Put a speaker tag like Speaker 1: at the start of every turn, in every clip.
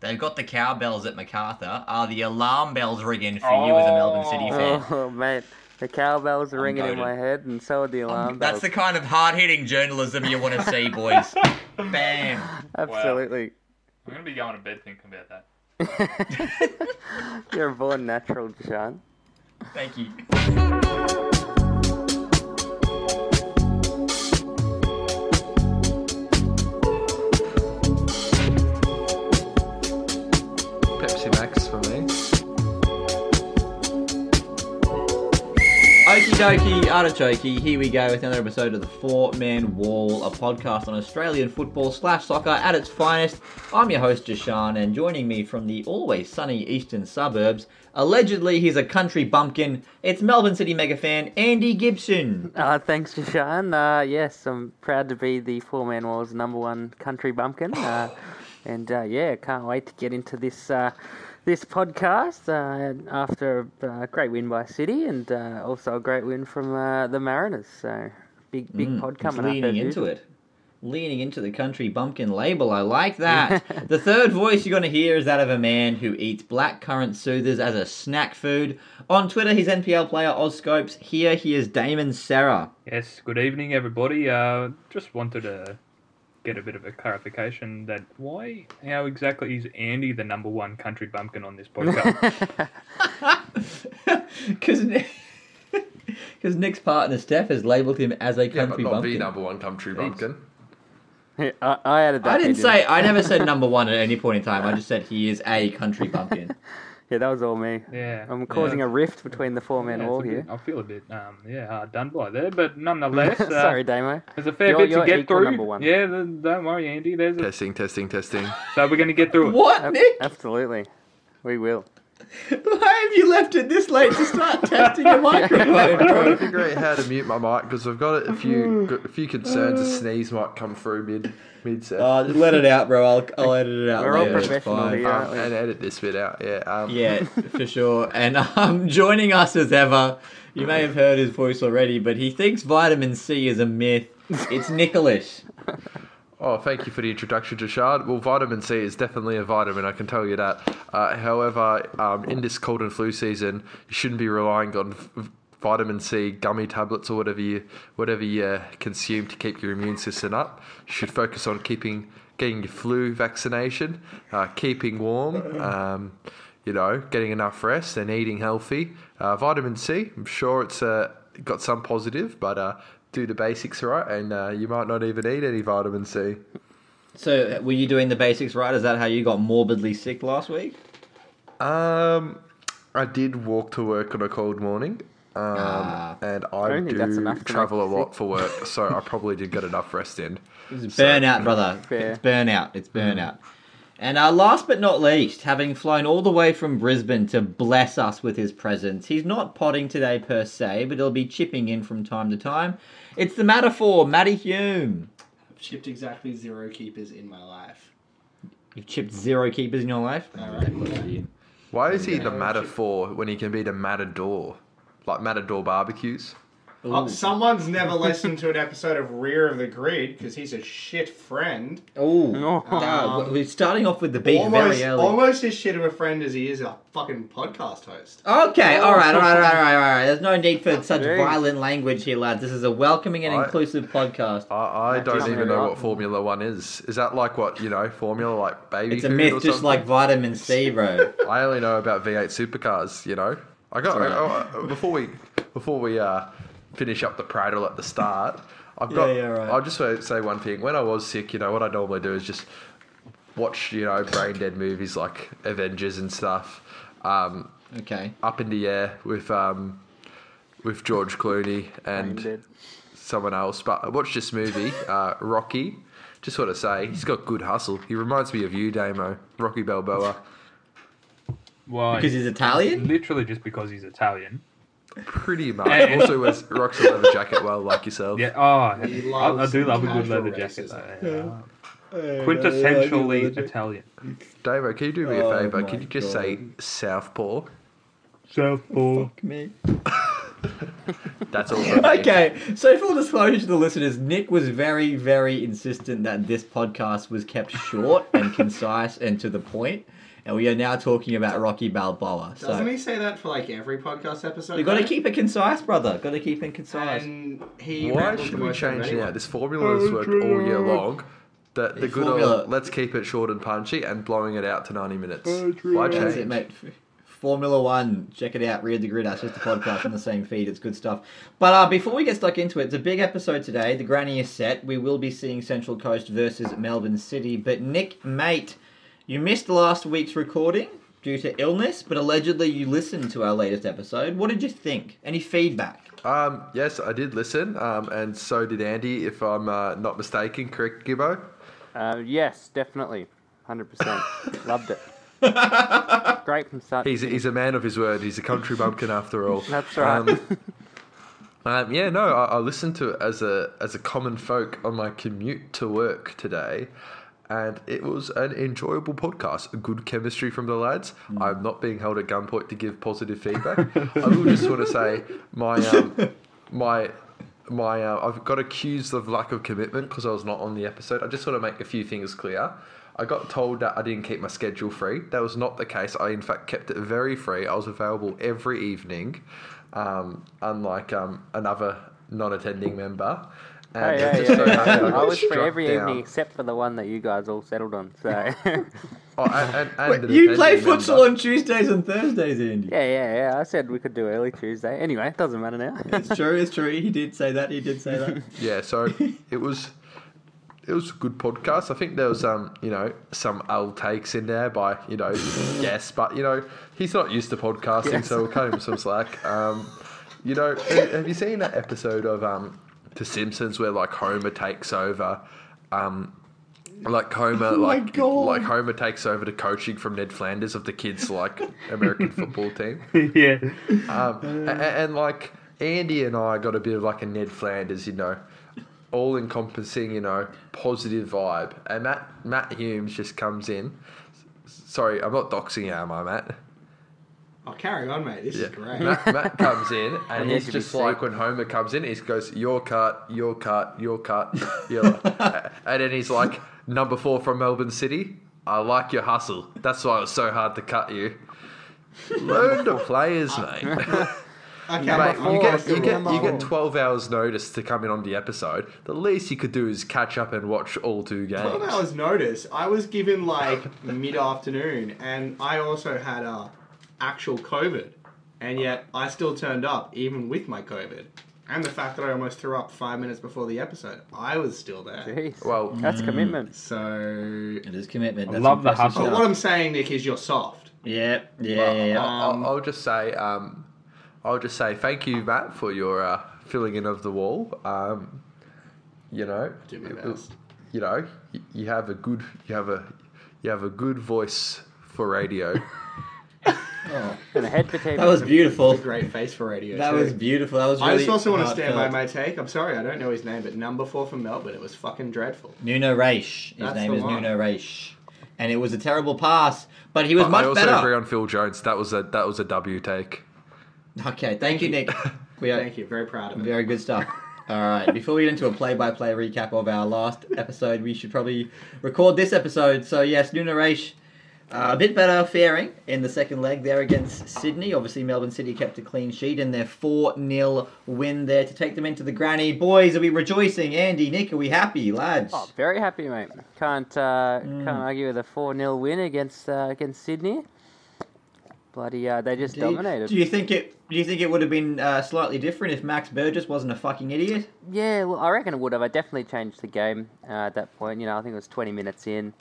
Speaker 1: They've got the cowbells at MacArthur. Are the alarm bells ringing for you as a Melbourne City fan?
Speaker 2: Oh man, the cowbells are
Speaker 1: I'm
Speaker 2: ringing in
Speaker 1: goated.
Speaker 2: my head, and so are the alarm
Speaker 1: That's
Speaker 2: bells.
Speaker 1: the kind of hard-hitting journalism you want to see, boys. Bam.
Speaker 2: Absolutely,
Speaker 3: I'm gonna be going to bed thinking about that.
Speaker 2: you're a born natural, Sean.
Speaker 1: Thank you.
Speaker 4: Pepsi Max for me.
Speaker 1: Okie dokie, artichokey, here we go with another episode of The Four Man Wall, a podcast on Australian football slash soccer at its finest. I'm your host, Jashan, and joining me from the always sunny eastern suburbs, allegedly he's a country bumpkin, it's Melbourne City mega fan Andy Gibson.
Speaker 2: Uh, thanks, Sean. Uh, yes, I'm proud to be the Four Man Wall's number one country bumpkin, uh, and uh, yeah, can't wait to get into this uh, this podcast uh, after a uh, great win by City and uh, also a great win from uh, the Mariners. So big big pod
Speaker 1: Mm, He's
Speaker 2: coming up.
Speaker 1: leaning
Speaker 2: as
Speaker 1: into
Speaker 2: usual.
Speaker 1: it. Leaning into the country bumpkin label. I like that. the third voice you're going to hear is that of a man who eats blackcurrant soothers as a snack food. On Twitter, he's NPL player Ozscopes. Here he is Damon Sarah.
Speaker 3: Yes, good evening, everybody. Uh, just wanted to get a bit of a clarification that why, how exactly is Andy the number one country bumpkin on this podcast?
Speaker 1: Because because Nick's partner Steph has labelled him as a
Speaker 4: Yeah, but
Speaker 1: country
Speaker 4: not the
Speaker 1: bumpkin.
Speaker 4: number one country bumpkin.
Speaker 2: I, I added that.
Speaker 1: I
Speaker 2: there,
Speaker 1: didn't
Speaker 2: I?
Speaker 1: say. I never said number one at any point in time. I just said he is a country bumpkin.
Speaker 2: Yeah, that was all me.
Speaker 3: yeah,
Speaker 2: I'm causing
Speaker 1: Yeah.
Speaker 2: a rift between the four man
Speaker 3: Yeah, it's
Speaker 2: wall
Speaker 3: a
Speaker 2: here.
Speaker 3: bit- I feel a bit, um, yeah, hard done by there, but nonetheless, uh,
Speaker 2: Sorry, Damo.
Speaker 3: there's a fair
Speaker 2: You're-
Speaker 3: bit
Speaker 2: you're
Speaker 3: to get
Speaker 2: equal
Speaker 3: through.
Speaker 2: number one.
Speaker 3: Yeah, th- don't worry, Andy. There's a,
Speaker 4: Testing, testing, testing.
Speaker 3: so we're gonna get through it.
Speaker 1: what,
Speaker 2: Ab-
Speaker 1: Nick?
Speaker 2: Absolutely. We will.
Speaker 1: Why have you left it this late to start testing your microphone,
Speaker 4: I'm trying to
Speaker 1: bro?
Speaker 4: figure out how to mute my mic because I've got a few got a few concerns. A sneeze might come through mid Um, mid set.
Speaker 1: Oh, just let it out, bro. I'll, I'll edit it out
Speaker 2: We're all
Speaker 1: later. It's
Speaker 2: professional
Speaker 1: fine.
Speaker 2: here.
Speaker 4: um, and edit this bit out. Yeah. Um,
Speaker 1: Yeah, for sure. And um, joining us as ever, you may have heard his voice already, but he thinks vitamin C is a myth. It's Nicholas.
Speaker 4: Oh, thank you for the introduction, Jashard. Well, vitamin C is definitely a vitamin, I can tell you that. Uh, however, um, in this cold and flu season, you shouldn't be relying on v- vitamin C gummy tablets or whatever you whatever you uh, consume to keep your immune system up. You should focus on keeping getting your flu vaccination, uh, keeping warm. Um, you know, getting enough rest and eating healthy. Uh, vitamin C, I'm sure it's uh, got some positive, but uh, do the basics right, and uh, you might not even need any vitamin C.
Speaker 1: So, were you doing the basics right? Is that how you got morbidly sick last week?
Speaker 4: Um, I did walk to work on a cold morning. Um, and I,
Speaker 2: don't think Ah. that's
Speaker 4: do
Speaker 2: enough to
Speaker 4: travel a
Speaker 2: make you
Speaker 4: lot for work, so I probably did get enough rest in.
Speaker 1: It's burnout, brother.
Speaker 2: Fair.
Speaker 1: It's burnout. It's burnout. And uh, last but not least, having flown all the way from Brisbane to bless us with his presence, he's not potting today per se, but he'll be chipping in from time to time. It's the matter for Matty Hume.
Speaker 5: I've chipped exactly zero keepers in my life.
Speaker 1: You've chipped zero keepers in your life.
Speaker 5: All right.
Speaker 4: Why is he the
Speaker 5: Yeah.
Speaker 4: matador when he can be the matador? Like matador barbecues?
Speaker 5: Oh, someone's never listened to an episode of Rear of the Grid because he's a shit friend.
Speaker 1: Oh,
Speaker 2: No.
Speaker 1: we're starting off with the beef
Speaker 5: almost,
Speaker 1: very early.
Speaker 5: almost as shit of a friend as he is a fucking podcast host.
Speaker 1: Okay, all right, all right, all right, all right, all right. There's no need for such
Speaker 2: Jeez.
Speaker 1: violent language here, lads. This is a welcoming and
Speaker 4: I-
Speaker 1: inclusive podcast.
Speaker 4: I, I don't
Speaker 2: doesn't
Speaker 4: even
Speaker 2: really
Speaker 4: know
Speaker 2: like-
Speaker 4: what Formula One is. Is that like what, you know, Formula, like baby
Speaker 1: It's a
Speaker 4: food
Speaker 1: myth,
Speaker 4: or
Speaker 1: just
Speaker 4: something?
Speaker 1: like vitamin C, bro.
Speaker 4: I only know about V8 supercars. You know, I got
Speaker 1: It's all
Speaker 4: I- I- before we before we uh, finish up the prattle at the start. I've
Speaker 1: Yeah,
Speaker 4: got.
Speaker 1: yeah, right.
Speaker 4: I'll just wa- say one thing. When I was sick, you know, what I normally do is just watch, you know, brain dead movies like Avengers and stuff. Um,
Speaker 1: Okay.
Speaker 4: up in the air with um, with George Clooney
Speaker 2: Brain
Speaker 4: and
Speaker 2: dead.
Speaker 4: someone else. But I watched this movie, uh, Rocky. Just want to say he's got good hustle. He reminds me of you, Damo, Rocky Balboa.
Speaker 3: Why?
Speaker 1: Because he's Italian?
Speaker 3: literally just because he's Italian.
Speaker 4: Pretty much.
Speaker 3: And-
Speaker 4: also wears rocks a leather jacket well, like yourself.
Speaker 3: Yeah, oh,
Speaker 5: He
Speaker 3: yeah. I, I
Speaker 5: loves
Speaker 3: do love a good
Speaker 5: casual
Speaker 3: leather jacket.
Speaker 5: racism.
Speaker 3: Though. yeah. Quintessentially Italian.
Speaker 4: Damo, can you do me
Speaker 1: Oh
Speaker 4: a favour?
Speaker 1: my
Speaker 4: Can you just say Southpaw?
Speaker 3: Southpaw.
Speaker 1: Me.
Speaker 4: That's all. from me.
Speaker 1: Okay, so full disclosure to the listeners, Nick was very, very insistent that this podcast was kept short and concise and to the point, and we are now talking about Rocky Balboa.
Speaker 5: Doesn't
Speaker 1: So
Speaker 5: he say that for like every podcast episode?
Speaker 1: you got to
Speaker 5: though?
Speaker 1: keep it concise, brother. Got to keep it concise.
Speaker 5: And he
Speaker 4: Why
Speaker 5: rambled
Speaker 4: should
Speaker 5: the
Speaker 4: we
Speaker 5: most of
Speaker 4: change
Speaker 5: anyone.
Speaker 4: now? This formula has worked all year long. The, the
Speaker 1: The
Speaker 4: good
Speaker 1: formula-
Speaker 4: old let's keep it short and punchy and blowing it out to 90 minutes. Why
Speaker 1: That's it,
Speaker 4: change?
Speaker 1: mate. F- Formula One, check it out. Rear the Grid, our sister podcast on the same feed. It's good stuff. But uh, before we get stuck into it, it's a big episode today. The granny is set. We will be seeing Central Coast versus Melbourne City. But Nick, mate, you missed last week's recording due to illness, but allegedly you listened to our latest episode. What did you think? Any feedback?
Speaker 4: Um, yes, I did listen, um, and so did Andy, if I'm uh, not mistaken. Correct, Gibbo?
Speaker 2: Uh, yes, definitely. 100%. Loved it. Great from start. to
Speaker 4: He's,
Speaker 2: finish.
Speaker 4: he's a man of his word. He's a country bumpkin after all.
Speaker 2: That's right.
Speaker 4: Um, um, yeah, no, I, I listened to it as a as a common folk on my commute to work today, and it was an enjoyable podcast. Good chemistry from the lads.
Speaker 2: Hmm.
Speaker 4: I'm not being held at gunpoint to give positive feedback. I will just want to say my um, my. My, uh, I've got accused of lack of commitment because I was not on the episode. I just want to make a few things clear. I got told that I didn't keep my schedule free. That was not the case. I, in fact, kept it very free. I was available every evening, um, unlike um, another non attending member. And
Speaker 2: Hey,
Speaker 4: it
Speaker 2: hey,
Speaker 4: just so
Speaker 2: hey,
Speaker 4: happened
Speaker 2: Oh, I
Speaker 4: got
Speaker 2: was for
Speaker 4: struck
Speaker 2: every
Speaker 4: down.
Speaker 2: evening except for the one that you guys all settled on. So yeah,
Speaker 4: Oh, and, and, and an
Speaker 1: you play
Speaker 4: attending member.
Speaker 1: futsal on Tuesdays and Thursdays, Andy.
Speaker 2: yeah, yeah. I said we could do early Tuesday. Anyway, it doesn't matter now.
Speaker 1: It's true, it's true. He did say that. He did say that.
Speaker 4: Yeah, so it was it was a good podcast. I think there was um, you know, some old takes in there by, you know, yes, but you know, he's not used to podcasting, so we'll cut him some slack. Um, you know, have have you seen that episode of um The Simpsons where like Homer takes over um like Homer, like
Speaker 1: God.
Speaker 4: like Homer takes over the coaching from Ned Flanders of the kids, like American football team.
Speaker 3: yeah.
Speaker 4: Um, and, and like Andy and I got a bit of like a Ned Flanders, you know, all encompassing, you know, positive vibe. And Matt Matt Humes just comes in. S- Sorry, I'm not doxing you, am I, Matt?
Speaker 5: Oh, carry on, mate. This is great.
Speaker 4: Matt, Matt comes in and
Speaker 2: need
Speaker 4: he's
Speaker 2: to be
Speaker 4: just like when Homer comes in, he goes, "Your cut, your cut, your cut," you know. and then he's like, "Number four from Melbourne City, I like your hustle. That's why it was so hard to cut you." Learn the players, mate.
Speaker 5: Okay,
Speaker 4: Mate,
Speaker 5: I'm
Speaker 4: you
Speaker 5: all
Speaker 4: get you
Speaker 5: good.
Speaker 4: get you
Speaker 2: Number
Speaker 4: get twelve hours notice to come in on the episode. The least you could do is catch up and watch all two
Speaker 5: Twelve
Speaker 4: games.
Speaker 5: hours notice. I was given like mid afternoon, and I also had uh, actual COVID, and yet I still turned up even with my COVID, and the fact that I almost threw up five minutes before the episode. I was still there.
Speaker 2: Jeez.
Speaker 4: Well,
Speaker 2: That's commitment.
Speaker 5: So,
Speaker 1: It is commitment.
Speaker 3: I
Speaker 1: That's
Speaker 3: love the
Speaker 1: impressive
Speaker 3: hustle.
Speaker 5: but
Speaker 1: stuff.
Speaker 5: what I'm saying, Nick, is you're soft.
Speaker 1: Yeah, yeah, yeah. yeah.
Speaker 4: I'll,
Speaker 5: Um,
Speaker 4: I'll just say um, I'll just say thank you, Matt, for your uh, filling in of the wall. Um, you know,
Speaker 5: Do my
Speaker 4: it was-
Speaker 5: best.
Speaker 4: you know, y- you have a good you have a you have a good voice for radio.
Speaker 1: Oh,
Speaker 4: mm.
Speaker 2: And a head for TV.
Speaker 1: that was beautiful.
Speaker 5: A great face for radio.
Speaker 1: That
Speaker 5: too.
Speaker 1: was beautiful. That was really
Speaker 5: I just also want to stand by
Speaker 1: heartfelt.
Speaker 5: my take. I'm sorry, I don't know his name, but number four from Melbourne, it was fucking dreadful.
Speaker 1: Nuno Raish. His
Speaker 5: That's
Speaker 1: name
Speaker 5: the
Speaker 1: is
Speaker 5: one.
Speaker 1: Nuno Raish. And it was a terrible pass, but he was
Speaker 5: Uh,
Speaker 4: I
Speaker 1: much
Speaker 4: also
Speaker 1: better.
Speaker 4: agree on Phil Jones. That was a that was a W take.
Speaker 1: Okay, thank you, Nick. We are
Speaker 5: Thank you, very proud of it.
Speaker 1: very good stuff. All right, before we get into a play-by-play recap of our last episode, we should probably record this episode. So yes, Nuno Raish, uh, a bit better faring in the second leg there against Sydney. Obviously, Melbourne City kept a clean sheet in their 4-0 win there to take them into the granny. Boys, are we rejoicing? Andy, Nick, are we happy, lads?
Speaker 2: Oh, very happy, mate. Can't uh,
Speaker 4: Mm.
Speaker 2: can't argue with a four 0 win against uh, against Sydney. Bloody, uh, they just
Speaker 1: Do you-
Speaker 2: dominated.
Speaker 1: Do you think it? Do you think it would have been uh, slightly different if Max Burgess wasn't a fucking idiot?
Speaker 2: Yeah, well, I reckon it would have. I definitely changed the game uh, at that point. You know, I think it was 20 minutes in.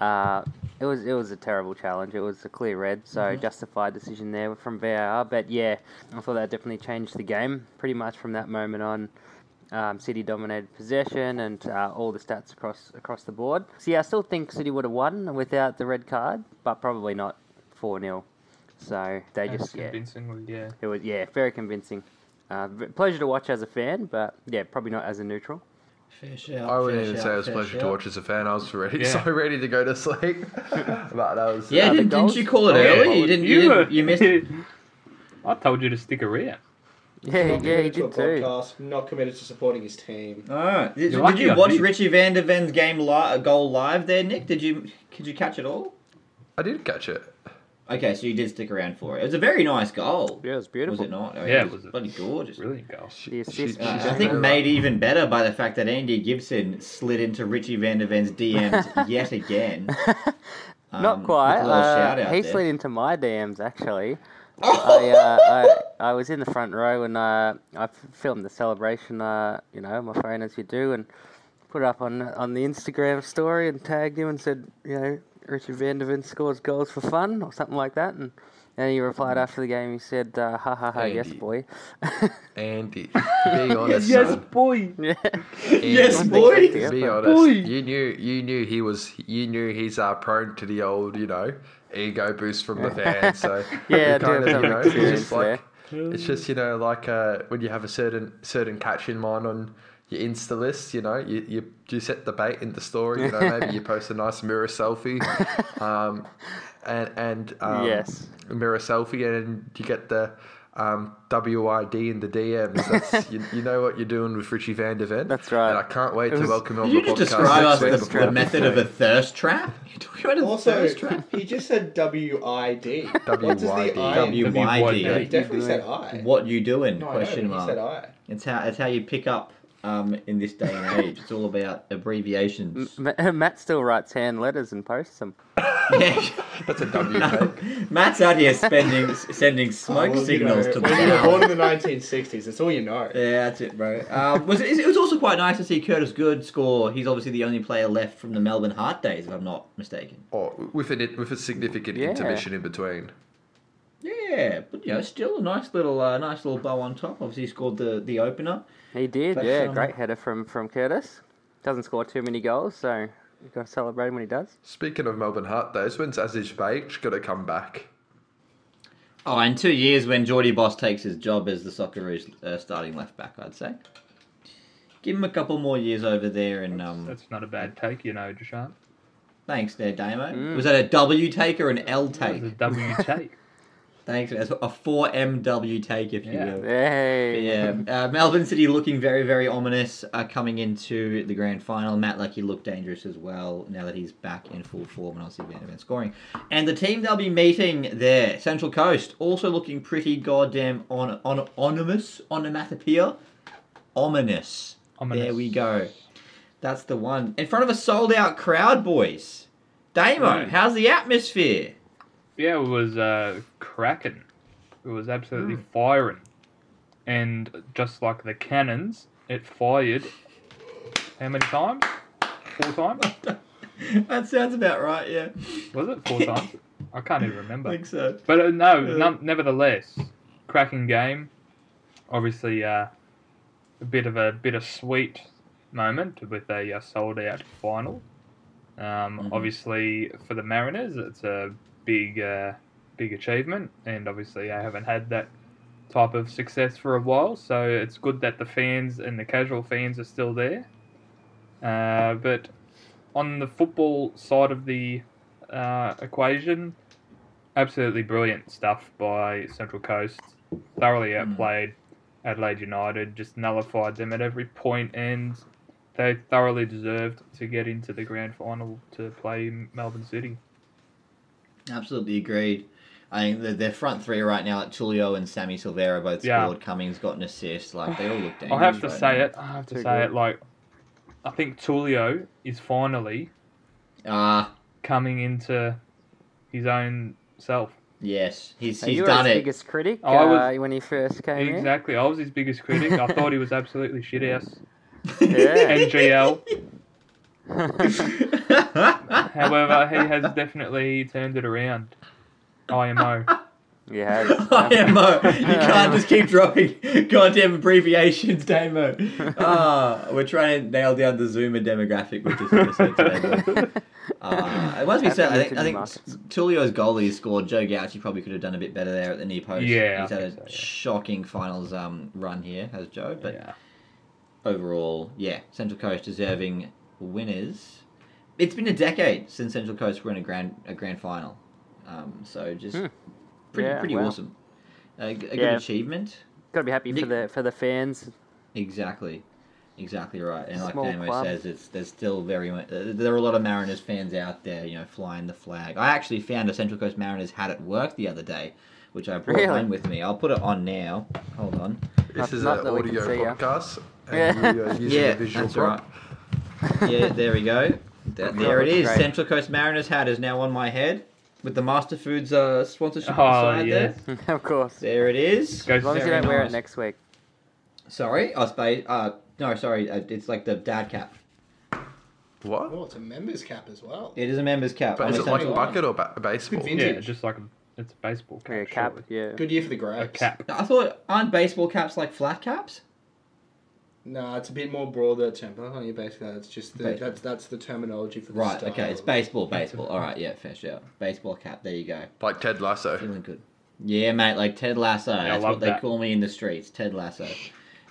Speaker 2: Uh, it was it was a terrible challenge. It was a clear red, so justified decision there from VAR. But yeah, I thought that definitely changed the game. Pretty much from that moment on, um, City dominated possession and uh, all the stats across across the board. So yeah, I still think City would have won without the red card, but probably not four 0 So they
Speaker 3: That's
Speaker 2: just yeah,
Speaker 3: convincingly, yeah.
Speaker 2: it was yeah, very convincing. Uh, v- pleasure to watch as a fan, but yeah, probably not as a neutral.
Speaker 1: Fair shout.
Speaker 4: I wouldn't
Speaker 1: fair
Speaker 4: even
Speaker 1: shout,
Speaker 4: say it was a
Speaker 1: fair
Speaker 4: pleasure to
Speaker 1: shout.
Speaker 4: watch as a fan. I was ready,
Speaker 3: Yeah.
Speaker 4: so ready to go to sleep. but that was
Speaker 1: Yeah,
Speaker 2: Uh,
Speaker 1: didn't,
Speaker 2: the
Speaker 1: didn't
Speaker 2: goals?
Speaker 1: you call it
Speaker 3: Oh, yeah.
Speaker 1: early? You didn't. You, didn't,
Speaker 3: were-
Speaker 1: you missed.
Speaker 3: I told you to stick around.
Speaker 2: Yeah,
Speaker 5: Not
Speaker 2: yeah, he
Speaker 5: committed to a
Speaker 2: did too.
Speaker 5: podcast, Not committed to supporting his team.
Speaker 1: Alright. Did, did
Speaker 3: You're lucky
Speaker 1: you
Speaker 3: I
Speaker 1: watch
Speaker 3: did.
Speaker 1: Richie van der Ven's game li- uh, goal live there, Nick? Did you could you catch it all?
Speaker 4: I did catch it.
Speaker 1: Okay, so you did stick around for it. It was a very nice goal.
Speaker 2: Yeah, it was
Speaker 1: Was
Speaker 2: beautiful.
Speaker 1: it not? I mean,
Speaker 3: Yeah,
Speaker 1: it was
Speaker 3: it was a-
Speaker 1: Oh, bloody gorgeous.
Speaker 3: Brilliant goal.
Speaker 2: The assist
Speaker 4: she-
Speaker 1: Uh,
Speaker 2: was
Speaker 4: she's
Speaker 1: I
Speaker 2: great.
Speaker 1: think
Speaker 4: Yeah.
Speaker 1: made even better by the fact that Andy Gibson slid into Richie van der Ven's DMs yet again. Um,
Speaker 2: Not quite.
Speaker 1: with a little shout
Speaker 2: Uh,
Speaker 1: out
Speaker 2: he
Speaker 1: there.
Speaker 2: slid into my DMs actually. I, uh, I I was in the front row and uh, I f- filmed the celebration. Uh, you know, my phone as you do, and put it up on on the Instagram story and tagged him and said, you know, Richard Vanderven scores goals for fun or something like that. And and he
Speaker 1: Hmm.
Speaker 2: replied after the game. He said, uh, "Ha ha ha, yes,
Speaker 4: Andy.
Speaker 2: boy."
Speaker 4: Andy, be honest. son.
Speaker 3: boy.
Speaker 2: yeah.
Speaker 1: Yes,
Speaker 4: Andy,
Speaker 1: boy.
Speaker 2: Yeah.
Speaker 4: Be honest.
Speaker 3: Boy.
Speaker 4: You knew. You knew he was. You knew he's uh, prone to the old, you know, ego boost from the fans. So
Speaker 2: Yeah, I
Speaker 4: you
Speaker 2: do have some
Speaker 4: it's
Speaker 2: experience
Speaker 4: just like it's just you know like uh, when you have a certain certain catch in mind on your Insta list. You know, you you, you set the bait in the story. You know, maybe you post a nice mirror selfie. Um, and and um,
Speaker 2: Yes.
Speaker 4: mirror selfie, and you get the um, WID in the DMs. That's, you, you know what you're doing with Richie Van Der Ven.
Speaker 2: That's right.
Speaker 4: And I can't wait to
Speaker 2: was-
Speaker 4: welcome him on
Speaker 1: Did you
Speaker 4: the
Speaker 1: just
Speaker 4: podcast
Speaker 1: describe
Speaker 4: next
Speaker 1: us
Speaker 4: week.
Speaker 1: the,
Speaker 2: week.
Speaker 1: the method of a thirst trap? You're talking about a
Speaker 5: Also,
Speaker 1: thirst trap?
Speaker 5: he just said W I D. What does
Speaker 4: WYD.
Speaker 5: the I?
Speaker 1: W Y D.
Speaker 5: He definitely said I.
Speaker 1: What you doing?
Speaker 5: No, I know,
Speaker 1: question
Speaker 5: but he
Speaker 1: mark.
Speaker 5: said I.
Speaker 1: It's how it's how you pick up um, in this day and age. It's all about
Speaker 5: Mm,
Speaker 1: abbreviations.
Speaker 2: Ma- Matt still writes hand letters and posts them.
Speaker 1: Yeah.
Speaker 5: mm.
Speaker 4: That's a W, mate.
Speaker 1: Matt's out here spending sending smoke
Speaker 5: Oh, well, you know,
Speaker 1: signals to the
Speaker 5: When you were
Speaker 1: town.
Speaker 5: born in the 1960s, that's all you know.
Speaker 1: Yeah, that's it, bro. Um, was it, it was also quite nice to see Curtis Good score. He's obviously the only player left from the Melbourne Heart days, if I'm not mistaken.
Speaker 4: Oh, with an with a significant
Speaker 2: Yeah.
Speaker 4: intermission in between.
Speaker 1: Yeah, but you know, still a nice little, uh, nice little bow on top. Obviously, he scored the the opener.
Speaker 2: He did,
Speaker 1: But,
Speaker 2: yeah.
Speaker 1: um,
Speaker 2: Great header from, from Curtis. Doesn't score too many goals, so you've got to celebrate him when he does.
Speaker 4: Speaking of Melbourne Heart, those when's Aziz Baich got to come back?
Speaker 1: Oh, in two years when Geordie Boss takes his job as the Socceroos uh, starting left back, I'd say. Give him a couple more years over there, and um,
Speaker 3: That's not a bad take, you know, Deshaun.
Speaker 1: thanks there, Damo.
Speaker 2: Mm.
Speaker 1: Was that a W take or an L take?
Speaker 3: That was a W take.
Speaker 1: Thanks, that's a four MW take, if you
Speaker 3: Yeah.
Speaker 1: will.
Speaker 2: Hey.
Speaker 1: Yeah, uh, Melbourne City looking very, very ominous uh, coming into the grand final. Matt Lucky looked dangerous as well now that he's back in full form and obviously Van der Ven scoring. And the team they'll be meeting there, Central Coast, also looking pretty goddamn on, on, ominous, onomatopoeia, ominous.
Speaker 3: Ominous.
Speaker 1: There we go. That's the one. In front of a sold out crowd, boys. Damo,
Speaker 3: Mm.
Speaker 1: how's the atmosphere?
Speaker 3: Yeah, it was uh, cracking. It was absolutely firing. And just like the cannons, it fired how many times? Four times?
Speaker 1: that sounds about right, yeah.
Speaker 3: Was it four times? I can't even remember.
Speaker 1: I think so.
Speaker 3: But uh, no,
Speaker 1: Yeah.
Speaker 3: none- nevertheless, cracking game. Obviously, uh, a bit of a bittersweet moment with a uh, sold-out final. Um,
Speaker 1: Mhm.
Speaker 3: Obviously, for the Mariners, it's a big, uh, big achievement, and obviously, I haven't had that type of success for a while. So it's good that the fans and the casual fans are still there. Uh, but on the football side of the uh, equation, absolutely brilliant stuff by Central Coast. Thoroughly
Speaker 1: Mm.
Speaker 3: outplayed Adelaide United, just nullified them at every point, and they thoroughly deserved to get into the grand final to play Melbourne City.
Speaker 1: Absolutely agreed. I think the, their front three right now, like Tulio and Sammy Silvera, both
Speaker 3: Yeah.
Speaker 1: scored. Cummings got an assist. Like they all look dangerous.
Speaker 3: I have to
Speaker 1: right
Speaker 3: say
Speaker 1: now.
Speaker 3: it. I have to say
Speaker 2: Too good.
Speaker 3: it. Like, I think Tulio is finally
Speaker 1: Ah,
Speaker 3: coming into his own self.
Speaker 1: yes, he's
Speaker 2: Now,
Speaker 1: he's
Speaker 2: you were
Speaker 1: done
Speaker 2: his
Speaker 1: it.
Speaker 2: biggest critic
Speaker 3: I
Speaker 2: uh,
Speaker 3: was-
Speaker 2: when he first came in.
Speaker 3: Exactly. I was his biggest critic. I thought he was absolutely shit ass.
Speaker 2: Yeah.
Speaker 3: NGL.
Speaker 1: yeah,
Speaker 3: However, he has definitely turned it around. IMO.
Speaker 2: you have.
Speaker 1: Damo, uh, you can't just keep dropping goddamn abbreviations, Damo. Ah, we're trying to nail down the Zoomer demographic with this episode today. boys. Uh, it must be said, I think, I think
Speaker 2: Markets.
Speaker 1: Tulio's goalie scored. Joe Gauchi probably could have done a bit better there at the near post.
Speaker 3: Yeah, I
Speaker 1: he's had a
Speaker 3: think so, yeah.
Speaker 1: shocking finals um, run here, has Joe. But
Speaker 3: yeah.
Speaker 1: overall, yeah, Central Coast deserving winners. It's been a decade since Central Coast were in a grand a grand final, um, so just
Speaker 2: Hmm.
Speaker 1: pretty
Speaker 2: Yeah,
Speaker 1: pretty
Speaker 2: wow.
Speaker 1: awesome. A, g- a good
Speaker 2: Yeah.
Speaker 1: achievement.
Speaker 2: Got to be happy for
Speaker 1: Nick-
Speaker 2: the for the fans.
Speaker 1: Exactly, exactly right. And like
Speaker 2: Small
Speaker 1: Damo
Speaker 2: club.
Speaker 1: says, it's there's still very much uh, there are a lot of Mariners fans out there, you know, flying the flag. I actually found a Central Coast Mariners hat at work the other day, which I brought
Speaker 2: Really?
Speaker 1: home with me. I'll put it on now. Hold on.
Speaker 4: This is
Speaker 2: not
Speaker 4: an
Speaker 2: that we can
Speaker 4: audio
Speaker 2: see, yeah.
Speaker 4: podcast,
Speaker 2: Yeah.
Speaker 4: and uh, we are using
Speaker 1: yeah,
Speaker 4: a visual
Speaker 1: that's
Speaker 4: prop.
Speaker 1: right. yeah, there we go. Th- there it
Speaker 2: looks
Speaker 1: is.
Speaker 2: great.
Speaker 1: Central Coast Mariners hat is now on my head with the Master Foods uh, sponsorship
Speaker 3: Oh
Speaker 1: inside
Speaker 3: yes.
Speaker 2: of course.
Speaker 1: there. There it is.
Speaker 3: Go
Speaker 2: As long as you
Speaker 1: Very
Speaker 2: don't wear
Speaker 1: nice.
Speaker 2: it next week.
Speaker 1: Sorry, I spa- uh No, sorry, uh, it's like the dad cap.
Speaker 4: What?
Speaker 6: Oh, it's a members cap as well.
Speaker 1: It is a member's cap.
Speaker 4: But
Speaker 1: I'm
Speaker 4: is
Speaker 1: a
Speaker 4: it like a
Speaker 1: Central-
Speaker 4: bucket or ba- baseball?
Speaker 5: Good
Speaker 3: Yeah,
Speaker 5: Vintage.
Speaker 3: just like a, it's a baseball cap.
Speaker 2: Yeah, cap.
Speaker 3: surely.
Speaker 2: Yeah.
Speaker 6: Good year for the
Speaker 3: A
Speaker 6: Grabs.
Speaker 3: cap.
Speaker 1: I thought aren't baseball caps like flat caps?
Speaker 6: No, it's a bit more broader term. But on your basic, that's just the,
Speaker 1: Baseball.
Speaker 6: that's that's the terminology for the
Speaker 1: Right.
Speaker 6: style.
Speaker 1: Okay. It's baseball. Baseball. All right. Yeah. Fair shout. Baseball cap. There you go.
Speaker 4: Like Ted Lasso.
Speaker 1: Feeling good. Yeah, mate. Like Ted Lasso. That's
Speaker 3: love
Speaker 1: what they
Speaker 3: that.
Speaker 1: call me in the streets. Ted Lasso.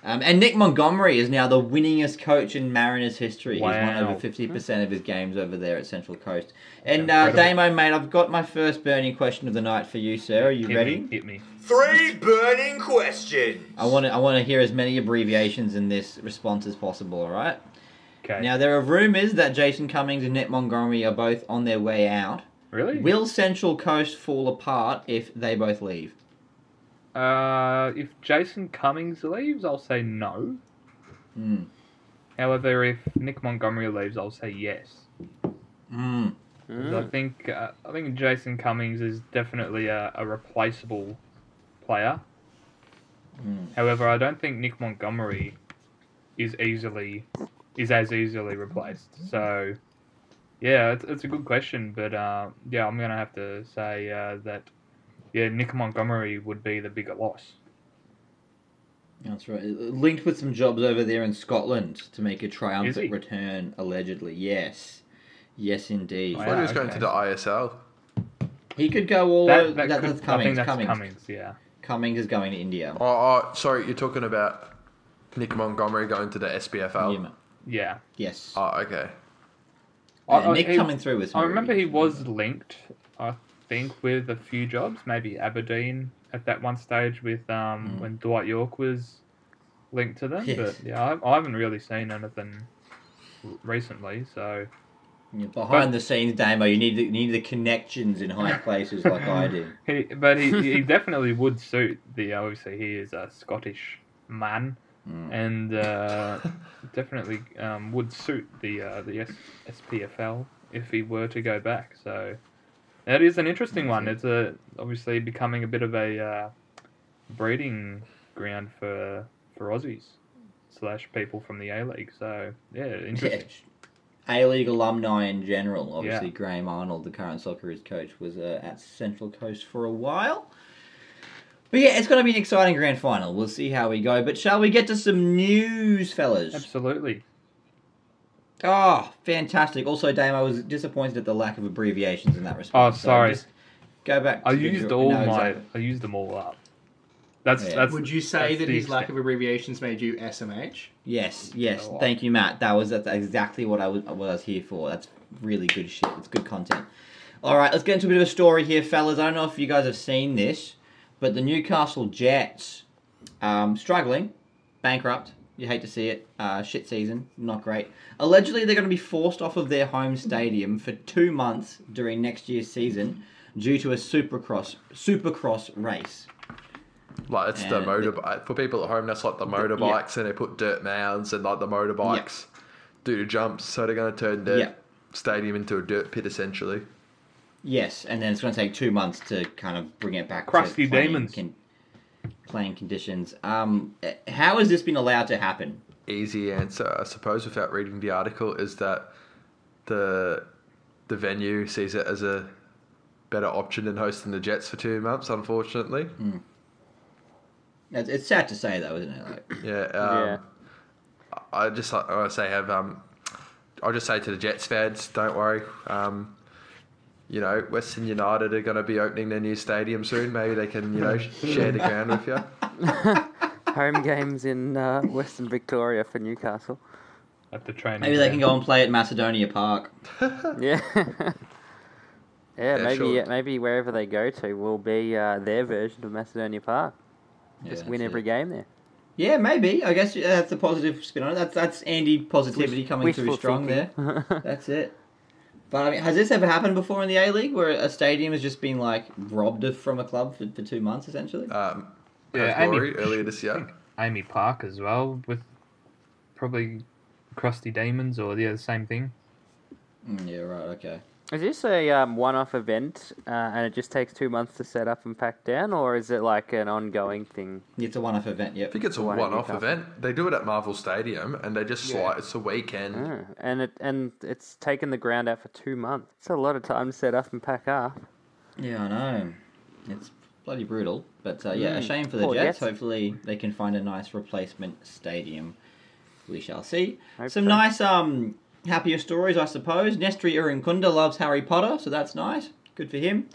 Speaker 1: Um, and Nick Montgomery is now the winningest coach in Mariners history. He's won
Speaker 3: Wow.
Speaker 1: over fifty percent of his games over there at Central Coast. And uh,
Speaker 3: Incredible.
Speaker 1: Damo, mate, I've got my first burning question of the night for you, sir. Are you
Speaker 3: Hit
Speaker 1: ready?
Speaker 3: me. Hit me.
Speaker 7: Three burning questions.
Speaker 1: I want to. I want to hear as many abbreviations in this response as possible. All right.
Speaker 3: Okay.
Speaker 1: Now there are rumors that Jason Cummings and Nick Montgomery are both on their way out.
Speaker 3: really?
Speaker 1: Will Central Coast fall apart if they both leave?
Speaker 3: Uh, if Jason Cummings leaves, I'll say no.
Speaker 1: Hmm.
Speaker 3: However, if Nick Montgomery leaves, I'll say yes.
Speaker 1: Mm.
Speaker 3: 'Cause
Speaker 2: Mm.
Speaker 3: I think uh, I think Jason Cummings is definitely a, a replaceable player.
Speaker 1: Mm.
Speaker 3: However, I don't think Nick Montgomery is easily is as easily replaced. So, yeah, it's, it's a good question, but uh, yeah, I'm gonna have to say uh, that yeah, Nick Montgomery would be the bigger loss.
Speaker 1: That's right. Uh, Linked with some jobs over there in Scotland to make a
Speaker 3: Is he?
Speaker 1: triumphant return, allegedly. Yes. Yes, indeed.
Speaker 4: I
Speaker 3: Wow.
Speaker 4: thought he was
Speaker 3: okay.
Speaker 4: going to the ISL.
Speaker 1: He could go all over.
Speaker 3: That,
Speaker 1: That,
Speaker 3: that could,
Speaker 1: that's
Speaker 3: I think
Speaker 1: Cummings.
Speaker 3: that's
Speaker 1: Cummings.
Speaker 3: Cummings.
Speaker 1: Cummings.
Speaker 3: yeah.
Speaker 1: is going to India.
Speaker 4: Oh, oh, sorry, you're talking about Nick Montgomery going to the SPFL.
Speaker 1: Yeah, mate.
Speaker 3: Yeah.
Speaker 1: Yes.
Speaker 4: Oh, okay.
Speaker 3: I-
Speaker 1: Yeah,
Speaker 3: I-
Speaker 1: Nick
Speaker 3: he-
Speaker 1: coming through with. some
Speaker 3: I remember
Speaker 1: really
Speaker 3: he
Speaker 1: good
Speaker 3: was
Speaker 1: stuff.
Speaker 3: linked, I think, with a few jobs, maybe Aberdeen at that one stage with um
Speaker 1: Mm.
Speaker 3: when Dwight York was linked to them.
Speaker 1: Yes.
Speaker 3: But yeah, I, I haven't really seen anything r- recently. So
Speaker 1: Yeah, behind the scenes, Damo. You need the, you need the connections in high places like I do.
Speaker 3: he, but he, he definitely would suit the. Obviously, he is a Scottish man,
Speaker 1: Mm.
Speaker 3: and uh, definitely um, would suit the uh, the S- SPFL if he were to go back. So that is an interesting one. It's a obviously becoming a bit of a uh, breeding ground for for Aussies slash people from the A League. So yeah,
Speaker 1: Yeah.
Speaker 3: interesting.
Speaker 1: A League alumni in general. Obviously, Graham Arnold, the current Socceroos coach, was uh, at Central Coast for a while. But yeah, it's going to be an exciting grand final. We'll see how we go. But shall we get to some news, fellas?
Speaker 3: Absolutely.
Speaker 1: Oh, fantastic. Also, Dame, I was disappointed at the lack of abbreviations in that
Speaker 3: Oh,
Speaker 1: response. So
Speaker 3: sorry.
Speaker 1: just go back.
Speaker 3: I
Speaker 1: to the
Speaker 3: used
Speaker 1: dra-
Speaker 3: all
Speaker 1: no,
Speaker 3: my.
Speaker 1: exactly.
Speaker 3: I used them all up. That's
Speaker 1: Yeah.
Speaker 3: that's.
Speaker 6: Would you say
Speaker 3: that's
Speaker 6: that
Speaker 3: the
Speaker 6: his lack
Speaker 3: extent.
Speaker 6: of abbreviations made you SMH?
Speaker 1: Yes, yes.
Speaker 3: Oh.
Speaker 1: Thank you, Matt. That was that's exactly what I was what I was here for. That's really good shit. It's good content. All right, let's get into a bit of a story here, fellas. I don't know if you guys have seen this, but the Newcastle Jets um, struggling, bankrupt. You hate to see it. Uh, shit season, not great. Allegedly, they're going to be forced off of their home stadium for two months during next year's season due to a supercross supercross race.
Speaker 4: Like it's the
Speaker 1: And the-
Speaker 4: motorbike for people at home. That's like the motorbikes, and they put dirt mounds and like the motorbikes do the jumps. So they're going to turn the
Speaker 1: Yeah.
Speaker 4: stadium into a dirt pit essentially.
Speaker 1: Yes, and then it's going to take two months to kind of bring it back.
Speaker 3: Crusty
Speaker 1: to playing
Speaker 3: demons.
Speaker 1: con- playing conditions. Um, eh, how has this been allowed to happen?
Speaker 4: Easy answer, I suppose, without reading the article, is that the the venue sees it as a better option than hosting the Jets for two months. Unfortunately,
Speaker 1: It's, it's sad to say, though, isn't it? Like,
Speaker 4: yeah. Um,
Speaker 2: Yeah.
Speaker 4: I just like I say have um, I'll just say to the Jets fans, don't worry. Um, you know, Western United are going to be opening their new stadium soon. Maybe they can you know share the ground with you.
Speaker 2: Home games in uh, Western Victoria for Newcastle.
Speaker 3: At the training.
Speaker 1: maybe they
Speaker 3: ground.
Speaker 1: can go and play at Macedonia Park.
Speaker 2: Yeah. yeah, maybe
Speaker 4: sure.
Speaker 2: maybe wherever they go to will be uh, their version of Macedonia Park. Just
Speaker 1: Yeah,
Speaker 2: win
Speaker 1: that's
Speaker 2: every
Speaker 1: it.
Speaker 2: game there.
Speaker 1: Yeah, maybe. I guess yeah, that's a positive spin on it. That's that's Andy positivity coming through
Speaker 2: wishful
Speaker 1: strong there.
Speaker 2: thinking.
Speaker 1: That's it. But I mean, has this ever happened before in the A League where a stadium has just been like robbed of- from a club for, for two months
Speaker 2: Uh,
Speaker 1: essentially?
Speaker 4: Um,
Speaker 3: Yeah,
Speaker 4: Perth
Speaker 3: Amy-
Speaker 4: Glory earlier this year.
Speaker 3: Amy Park as well with probably crusty demons or yeah, the same thing.
Speaker 1: Mm, yeah, right. Okay.
Speaker 2: Is this a um, one-off event, uh, and it just takes two months to set up and pack down, or is it like an ongoing thing?
Speaker 1: It's a one-off event.
Speaker 4: I
Speaker 1: Yep.
Speaker 4: think it's a
Speaker 2: Why don't you
Speaker 4: one-off
Speaker 2: cover?
Speaker 4: event. They do it at Marvel Stadium, and they just
Speaker 5: Yeah.
Speaker 4: slide. It's a weekend.
Speaker 2: Oh, and it and it's taken the ground out for two months. It's a lot of time to set up and pack up.
Speaker 1: Yeah, I know. It's bloody brutal. But uh, yeah, a
Speaker 2: Mm.
Speaker 1: shame for the
Speaker 2: Poor
Speaker 1: Jets.
Speaker 2: Jets.
Speaker 1: Hopefully they can find a nice replacement stadium. We shall see.
Speaker 2: Hope
Speaker 1: Some
Speaker 2: so.
Speaker 1: nice, um, happier stories, I suppose. Nestri Urinkunda loves Harry Potter, so that's nice. Good for him.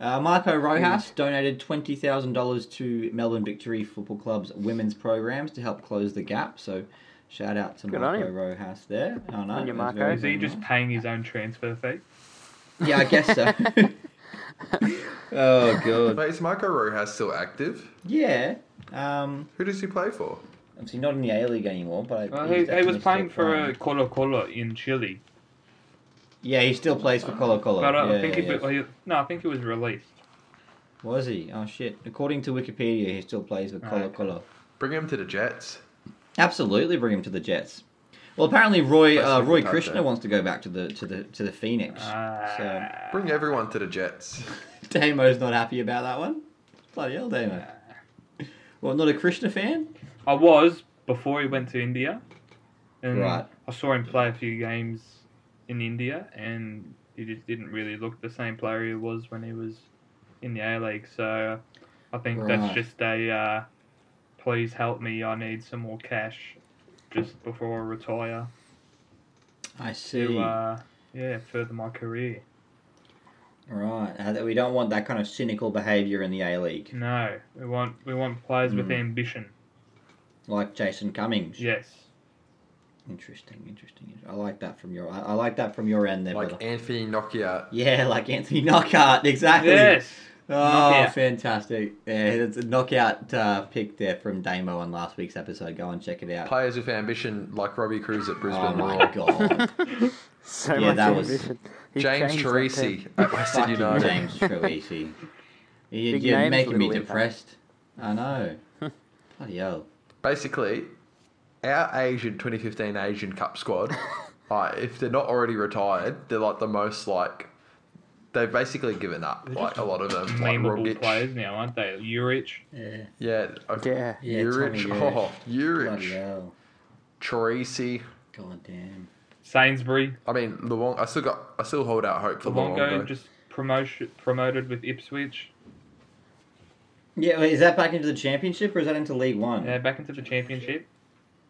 Speaker 1: Uh, Marco
Speaker 2: Mm.
Speaker 1: Rojas donated twenty thousand dollars to Melbourne Victory Football Club's women's programs to help close the gap. So, shout out to
Speaker 2: Good on
Speaker 1: Marco
Speaker 2: him.
Speaker 1: Rojas there. Oh no,
Speaker 2: On you,
Speaker 1: that's
Speaker 2: Marco.
Speaker 1: very,
Speaker 3: Is he
Speaker 1: very
Speaker 3: just
Speaker 1: nice.
Speaker 3: paying his own transfer fee?
Speaker 1: Yeah, I guess so. oh god.
Speaker 4: Wait, is Marco Rojas still active?
Speaker 1: Yeah. Um,
Speaker 4: Who does he play for?
Speaker 1: obviously not in the A League anymore, but I,
Speaker 3: Well,
Speaker 1: he's
Speaker 3: Uh, he, he was
Speaker 1: definitely
Speaker 3: playing
Speaker 1: still
Speaker 3: for uh, Colo Colo in Chile,
Speaker 1: Yeah, he still plays for Colo Colo.
Speaker 3: but uh,
Speaker 1: yeah,
Speaker 3: I think
Speaker 1: yeah,
Speaker 3: he,
Speaker 1: yeah.
Speaker 3: he no, I think he was released.
Speaker 1: was he? Oh shit! According to Wikipedia, he still plays for Colo
Speaker 3: okay.
Speaker 1: Colo.
Speaker 4: Bring him to the Jets.
Speaker 1: Absolutely, bring him to the Jets. Well, apparently Roy
Speaker 4: That's
Speaker 1: uh,
Speaker 4: what
Speaker 1: Roy
Speaker 4: he does eh? Uh,
Speaker 1: Krishna
Speaker 4: there.
Speaker 1: wants to go back to the to the to the Phoenix. so
Speaker 3: Ah,
Speaker 4: Bring everyone to the Jets.
Speaker 1: Damo's not happy about that one. Bloody hell, Damo. Well, not a Krishna fan.
Speaker 3: I was before he went to India, and
Speaker 1: Right.
Speaker 3: I saw him play a few games in India, and he just didn't really look the same player he was when he was in the A League. So I think
Speaker 1: Right.
Speaker 3: that's just a uh, please help me, I need some more cash just before I retire
Speaker 1: I see.
Speaker 3: to uh, yeah further my career.
Speaker 1: Right, uh, that- we don't want that kind of cynical behaviour in the A League,
Speaker 3: No, we want we want players with
Speaker 1: Mm.
Speaker 3: ambition.
Speaker 1: like Jason Cummings.
Speaker 3: Yes.
Speaker 1: Interesting, interesting. interesting. I like that from your. I, I like that from your end there, brother.
Speaker 4: Like Anthony Nokia.
Speaker 1: Yeah, like Anthony Knockout, exactly.
Speaker 3: Yes.
Speaker 1: Oh,
Speaker 3: Knockout.
Speaker 1: fantastic. Yeah, it's a knockout uh, pick there from Damo on last week's episode. Go and check it out.
Speaker 4: Players with ambition like Robbie Cruz at Brisbane
Speaker 1: Oh my
Speaker 4: Roar.
Speaker 1: god.
Speaker 2: So
Speaker 1: Yeah,
Speaker 2: much
Speaker 1: that was-
Speaker 2: ambition. He
Speaker 4: James
Speaker 2: changed that team.
Speaker 4: Teresi at Western
Speaker 1: Fucking
Speaker 4: United.
Speaker 1: James Troisi. You,
Speaker 2: Big
Speaker 1: you're
Speaker 2: names,
Speaker 1: making me
Speaker 2: little impact.
Speaker 1: depressed. I know. Bloody hell.
Speaker 4: Basically, our Asian 2015 Asian Cup squad, like, if they're not already retired, they're like the most like they've basically given up. Like a lot of them, like
Speaker 3: Memeable
Speaker 4: Rogic.
Speaker 3: players now, aren't they? Urich.
Speaker 1: Yeah.
Speaker 4: Yeah,
Speaker 2: Yeah.
Speaker 1: Yeah,
Speaker 4: Urich,
Speaker 1: Tommy Urich.
Speaker 4: oh,
Speaker 1: Bloody
Speaker 4: Urich,
Speaker 1: hell.
Speaker 4: Teresi.
Speaker 1: God damn.
Speaker 3: Sainsbury,
Speaker 4: I mean, Luong. I still got. I still hold out hope for
Speaker 3: Luongo
Speaker 4: Luongo.
Speaker 3: just promotion promoted with Ipswich.
Speaker 1: Yeah, wait, is that back into the championship or is that into League One?
Speaker 3: Yeah, uh, back into the championship.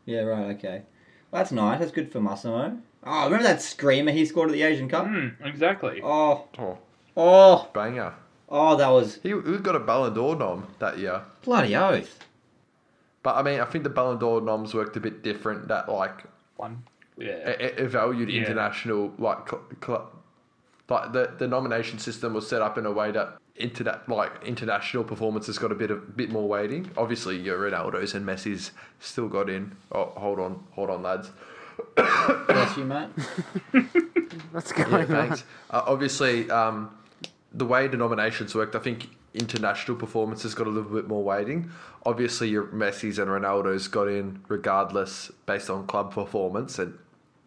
Speaker 1: Yeah, right, okay. Well, that's nice. That's good for Massimo. Oh, remember that screamer he scored at the Asian Cup?
Speaker 3: Mm, exactly.
Speaker 1: Oh,
Speaker 4: Oh,
Speaker 1: oh,
Speaker 4: banger!
Speaker 1: oh, that was
Speaker 4: He, he got a Ballon d'Or nom that year.
Speaker 1: bloody oath.
Speaker 4: But I mean, I think the Ballon d'Or noms worked a bit different. That like
Speaker 3: One. Yeah.
Speaker 4: it, it- it valued
Speaker 3: Yeah.
Speaker 4: international like cl- cl- like the the nomination system was set up in a way that into that like international performances got a bit of bit more weighting. Obviously, your Ronaldo's and Messi's still got in. Oh, hold on, hold on, lads.
Speaker 1: Bless you, mate.
Speaker 2: What's going
Speaker 4: Yeah,
Speaker 2: on?
Speaker 4: thanks. Uh, obviously, um, the way the nominations worked, I think international performances got a little bit more weighting. Obviously, your Messi's and Ronaldo's got in regardless based on club performance, and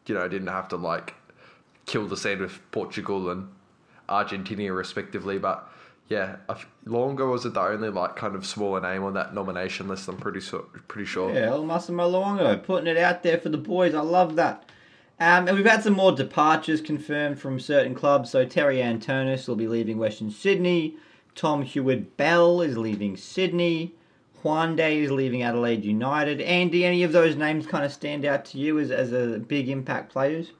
Speaker 4: you know didn't have to like kill the sand with Portugal and Argentina respectively. But yeah, I f- Longo was the only like kind of smaller name on that nomination list. I'm pretty sure. Pretty sure.
Speaker 1: Yeah, El Massimo Luongo putting it out there for the boys. I love that. Um, and we've had some more departures confirmed from certain clubs. So Terry Antonis will be leaving Western Sydney. Tom Hewitt Bell is leaving Sydney. Juan Day is leaving Adelaide United. Andy, any of those names kind of stand out to you as, as a big impact players?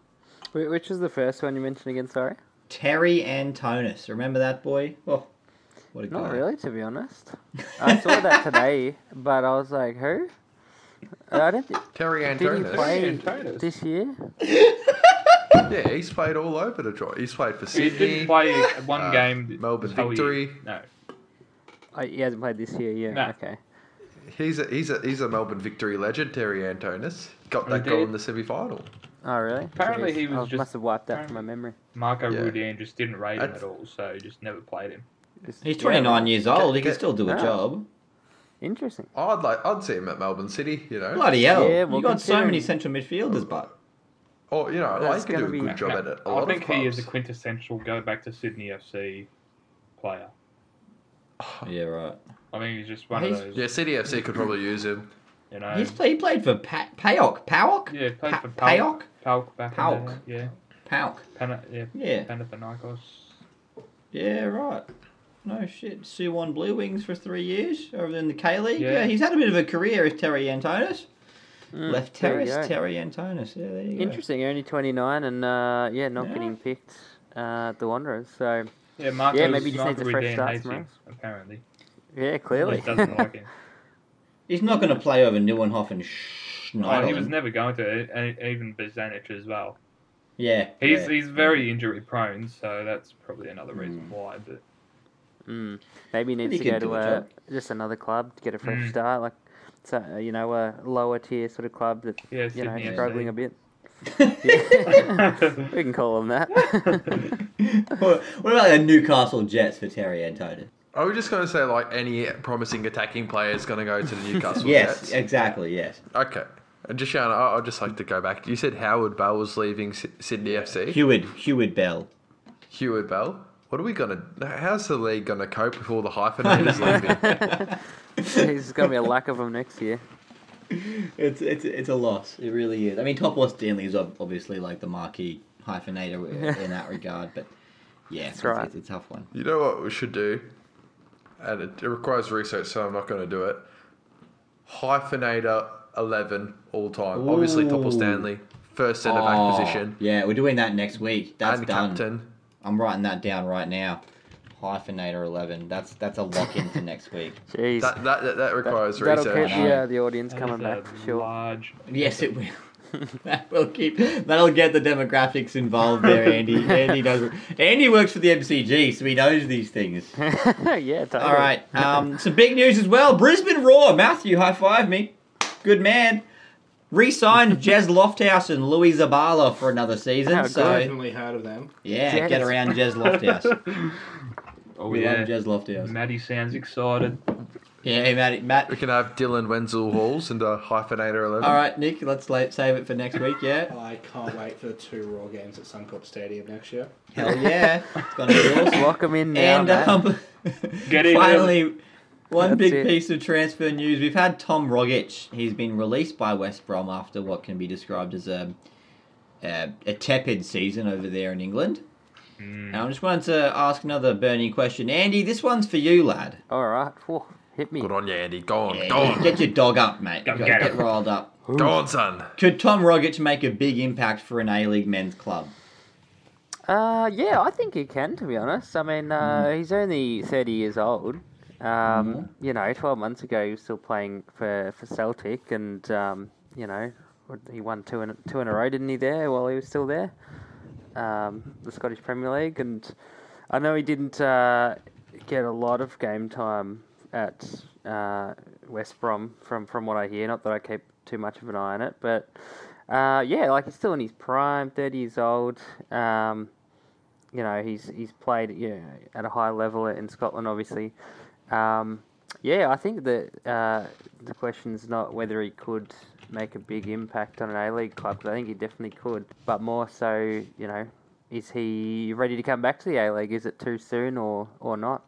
Speaker 2: Wh- Which is the first one you mentioned again? Sorry,
Speaker 1: Terry Antonis. Remember that boy? Oh, what a guy.
Speaker 2: not really. To be honest, I saw that today, but I was like, who? Uh, I don't. Th-
Speaker 4: Terry
Speaker 2: did he
Speaker 4: Antonis.
Speaker 2: play
Speaker 3: Antonis.
Speaker 2: this year?
Speaker 4: Yeah, he's played all over the joint. He's played for
Speaker 3: He
Speaker 4: Sydney.
Speaker 3: did play one
Speaker 4: Uh,
Speaker 3: game.
Speaker 4: Melbourne
Speaker 3: this whole year.
Speaker 4: victory.
Speaker 3: No.
Speaker 2: Oh, he hasn't played this year. Yeah.
Speaker 3: No.
Speaker 2: Okay.
Speaker 4: he's a he's a he's a Melbourne victory legend, Terry Antonis. Got that
Speaker 3: He
Speaker 4: goal
Speaker 3: did.
Speaker 4: in the semi final.
Speaker 2: Oh, really?
Speaker 3: Apparently he was
Speaker 2: I
Speaker 3: just-
Speaker 2: must have wiped that from my memory.
Speaker 3: Marco
Speaker 4: Yeah.
Speaker 3: Rudan just didn't rate him
Speaker 4: That's-
Speaker 3: at all, so he just never played him.
Speaker 2: Just-
Speaker 1: He's
Speaker 2: yeah,
Speaker 1: 29 years old. He can
Speaker 4: Get-
Speaker 1: still do a
Speaker 2: Ah.
Speaker 1: job.
Speaker 2: Interesting.
Speaker 4: I'd like I'd see him at Melbourne City, you know.
Speaker 1: Bloody hell.
Speaker 2: Yeah, well,
Speaker 1: You've got so many
Speaker 2: considering-
Speaker 1: central midfielders, but.
Speaker 4: or you know, I
Speaker 2: That's
Speaker 4: could do a
Speaker 2: gonna be-
Speaker 4: good job at it. A
Speaker 3: I
Speaker 4: lot
Speaker 3: think
Speaker 4: of
Speaker 3: he
Speaker 4: clubs.
Speaker 3: is a quintessential go back to Sydney FC player.
Speaker 1: Yeah, right.
Speaker 3: I think he's just one
Speaker 1: He's-
Speaker 3: of those.
Speaker 4: Yeah, City FC could probably use him.
Speaker 3: You know,
Speaker 1: He's play, he played for pa- Payok. Payok?
Speaker 3: yeah, played
Speaker 1: Pa-
Speaker 3: for Palk.
Speaker 1: Payok?
Speaker 3: Palk back in
Speaker 1: Pauk.
Speaker 3: the day, yeah,
Speaker 1: Payok.
Speaker 3: Pana, yeah,
Speaker 1: Yeah.
Speaker 3: Panathinaikos.
Speaker 1: Yeah, right. No shit. Suwon Blue Wings for three years over in the K League. Yeah.
Speaker 3: Yeah.
Speaker 1: he's had a bit of a career, is Terry Antonis.
Speaker 2: Mm,
Speaker 1: Left
Speaker 2: there you
Speaker 1: terrace,
Speaker 2: go.
Speaker 1: Terry Antonis. Yeah, there you go.
Speaker 2: Interesting. Only 29 and, uh, yeah, not
Speaker 1: Yeah.
Speaker 2: getting picked uh, at the Wanderers. So,
Speaker 3: Yeah, Marco.
Speaker 2: Yeah, maybe he just needs a fresh start
Speaker 3: hates
Speaker 2: tomorrow.
Speaker 3: him, apparently.
Speaker 2: yeah,
Speaker 3: At
Speaker 2: clearly.
Speaker 3: least doesn't like him.
Speaker 1: He's not going to play over Neuenhoff and
Speaker 3: Well, Oh, he was
Speaker 1: Schneiderlin.
Speaker 3: never going to, and even Bazanic as well.
Speaker 1: yeah.
Speaker 3: He's
Speaker 1: yeah.
Speaker 3: he's very injury prone, so that's probably another
Speaker 1: Hmm.
Speaker 3: reason why. But
Speaker 2: Mm. Maybe he
Speaker 1: But
Speaker 2: needs
Speaker 1: he
Speaker 2: to
Speaker 1: could
Speaker 2: go
Speaker 1: do
Speaker 2: to
Speaker 1: a
Speaker 2: uh
Speaker 1: job.
Speaker 2: just another club to get a fresh
Speaker 3: Mm.
Speaker 2: start, like so uh, you know a lower tier sort of club that
Speaker 3: Yeah,
Speaker 2: you know
Speaker 3: Sydney
Speaker 2: struggling
Speaker 3: FC.
Speaker 2: a bit.
Speaker 3: yeah,
Speaker 2: we can call them that.
Speaker 1: what what about the Newcastle Jets for Terry Antonis?
Speaker 4: Are we just going to say like any promising attacking player is going to go to the Newcastle
Speaker 1: Yes,
Speaker 4: Jets?
Speaker 1: exactly. Yes.
Speaker 4: Okay. And Deshaun, I- I'd just like to go back. You said Howard Bell was leaving Sy- Sydney FC.
Speaker 1: Heward, Heward Bell.
Speaker 4: Heward Bell. What are we gonna? How's the league gonna cope with all the hyphenators leaving?
Speaker 2: There's going to be a lack of them next year.
Speaker 1: It's it's it's a loss. It really is. I mean, Topos Stanley is ob- obviously like the marquee hyphenator in that regard, but yeah, it's,
Speaker 2: right.
Speaker 1: it's, it's a tough one.
Speaker 4: You know what we should do, and it, it requires research, so I'm not going to do it. Hyphenator eleven all time. Obviously,
Speaker 1: Ooh.
Speaker 4: Topple Stanley, first centre back
Speaker 1: Oh,
Speaker 4: position,
Speaker 1: Yeah, we're doing that next week. That's
Speaker 4: and
Speaker 1: done.
Speaker 4: captain.
Speaker 1: I'm writing that down right now. Hyphenator eleven. That's that's a lock in for next week.
Speaker 2: Jeez,
Speaker 4: That that that, that requires
Speaker 2: that'll
Speaker 4: research.
Speaker 2: keep the, uh, the audience
Speaker 3: That
Speaker 2: coming
Speaker 3: is
Speaker 2: back
Speaker 3: a
Speaker 2: for sure.
Speaker 3: Large.
Speaker 1: Yes, it will. that will keep. That'll get the demographics involved there, Andy. Andy knows. Andy works for the MCG, so he knows these things.
Speaker 2: yeah, totally.
Speaker 1: All right. Um, some big news as well. Brisbane Roar. Matthew, high five me. Good man. Re-signed Jez Lofthouse and Louis Zabala for another season.
Speaker 2: How
Speaker 1: so
Speaker 6: Definitely heard of them.
Speaker 1: yeah,
Speaker 2: Jez.
Speaker 1: get around Jez Lofthouse.
Speaker 3: Oh
Speaker 1: We
Speaker 3: yeah,
Speaker 1: love Jez Lofthouse.
Speaker 3: Maddie sounds excited.
Speaker 1: Yeah, hey, Matt. Matt.
Speaker 4: We can have Dylan Wenzel Halls and a hyphenator eleven.
Speaker 1: All right, Nick. Let's la- save it for next week. Yeah.
Speaker 6: I can't wait for the two Raw games at Suncorp Stadium next year.
Speaker 1: Hell yeah. It's gonna be awesome.
Speaker 2: Lock 'em in now.
Speaker 1: And
Speaker 2: Matt.
Speaker 1: um,
Speaker 3: Get in
Speaker 1: finally, one
Speaker 2: That's
Speaker 1: big
Speaker 2: it.
Speaker 1: piece of transfer news. We've had Tom Rogic. He's been released by West Brom after what can be described as a a, a tepid season over there in England.
Speaker 3: Hmm.
Speaker 1: And I just wanted to ask another burning question, Andy. This one's for you, lad.
Speaker 2: All right, Whoa, hit me.
Speaker 4: Good on you, Andy. Go on,
Speaker 1: Yeah,
Speaker 4: go on,
Speaker 1: get your dog up, mate.
Speaker 3: Go
Speaker 1: Go-
Speaker 3: Oh, get
Speaker 1: get
Speaker 3: him.
Speaker 1: riled up.
Speaker 4: go on, son.
Speaker 1: Could Tom Rogic make a big impact for an A League men's club?
Speaker 2: Uh, yeah, I think he can, to be honest. I mean, uh, he's only 30 years old. Um, You know, 12 months ago, he was still playing for, for Celtic, and, um, you know, what- he won two in, two in a row, didn't he, there, while he was still there? Um, the Scottish Premier League. And I know he didn't uh, get a lot of game time at uh, West Brom, from, from what I hear. Not that I keep too much of an eye on it, but. Uh, yeah, like he's still in his prime, 30 years old. Um, you know, he's he's played yeah, at a high level in Scotland, obviously. Um, yeah, I think that uh, the question's not whether he could make a big impact on an A League club, 'cause I think he definitely could, but more so, you know, is he ready to come back to the A League? Is it too soon or, or not?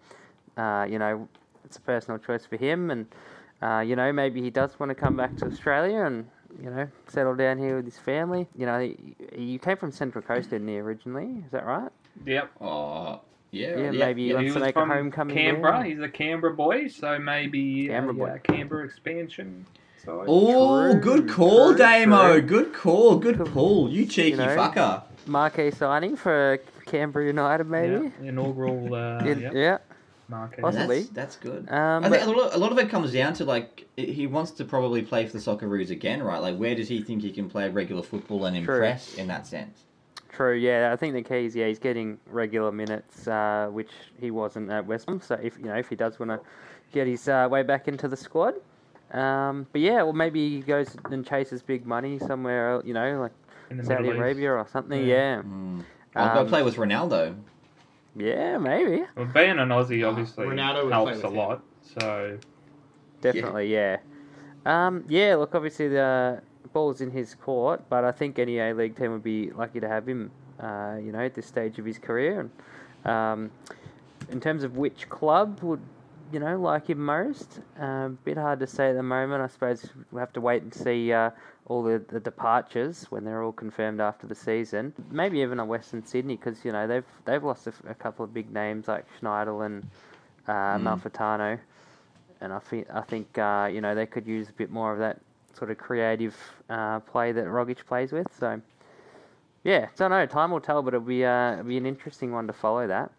Speaker 2: Uh, you know, it's a personal choice for him, and, uh, you know, maybe he does want to come back to Australia and, you know, settle down here with his family. You know, he, you came from Central Coast, didn't he, originally? Is that right?
Speaker 3: Yep.
Speaker 1: Oh, yeah,
Speaker 2: Yeah, maybe he
Speaker 3: Yeah,
Speaker 2: wants to make a homecoming. there.
Speaker 3: Canberra. He's a Canberra boy, so maybe uh,
Speaker 2: Canberra boy.
Speaker 3: yeah, Canberra expansion. So
Speaker 1: Oh,
Speaker 2: True,
Speaker 1: good call,
Speaker 2: true,
Speaker 1: Damo.
Speaker 2: true.
Speaker 1: Good call. Good
Speaker 2: Good-
Speaker 1: pull. You cheeky
Speaker 2: know.
Speaker 1: fucker.
Speaker 2: Marquee signing for Canberra United, maybe.
Speaker 3: Yeah, inaugural. Uh,
Speaker 2: Yeah,
Speaker 3: yep,
Speaker 2: yeah.
Speaker 3: market.
Speaker 1: And
Speaker 2: Awesome. Possibly.
Speaker 1: That's, that's good.
Speaker 2: Um,
Speaker 1: I think a lot, a lot of it comes down to like i- he wants to probably play for the Socceroos again, right? Like, where does he think he can play regular football and
Speaker 2: True.
Speaker 1: impress in that sense?
Speaker 2: True. Yeah, I think the key is yeah he's getting regular minutes, uh, which he wasn't at West Brom. So if you know if he does want to get his uh, way back into the squad, Um, but yeah, or maybe he goes and chases big money somewhere, el- you know, like
Speaker 3: In the
Speaker 2: Saudi
Speaker 3: Middle East.
Speaker 2: Arabia or something.
Speaker 3: Yeah.
Speaker 2: Yeah,
Speaker 1: Hmm. I'll go
Speaker 2: Um,
Speaker 1: play with Ronaldo.
Speaker 2: yeah, maybe,
Speaker 3: Well, being an Aussie obviously
Speaker 5: Ah, Ronaldo would play
Speaker 3: helps
Speaker 5: with
Speaker 3: a
Speaker 5: him.
Speaker 3: lot. So
Speaker 2: definitely, yeah. Um, yeah, look, obviously the ball's in his court, but I think any A League team would be lucky to have him. Uh, you know, at this stage of his career, and um, in terms of which club would you know like him most, um, bit hard to say at the moment. I suppose we'll have to wait and see uh, all the, the departures when they're all confirmed after the season. Maybe even a Western Sydney because you know they've they've lost a, f- a couple of big names like Schneidel and uh, Malfitano, and I think I think uh, you know they could use a bit more of that sort of creative uh, play that Rogic plays with. So. Yeah, don't know. Time will tell, but it'll be uh, it'll be an interesting one to follow. That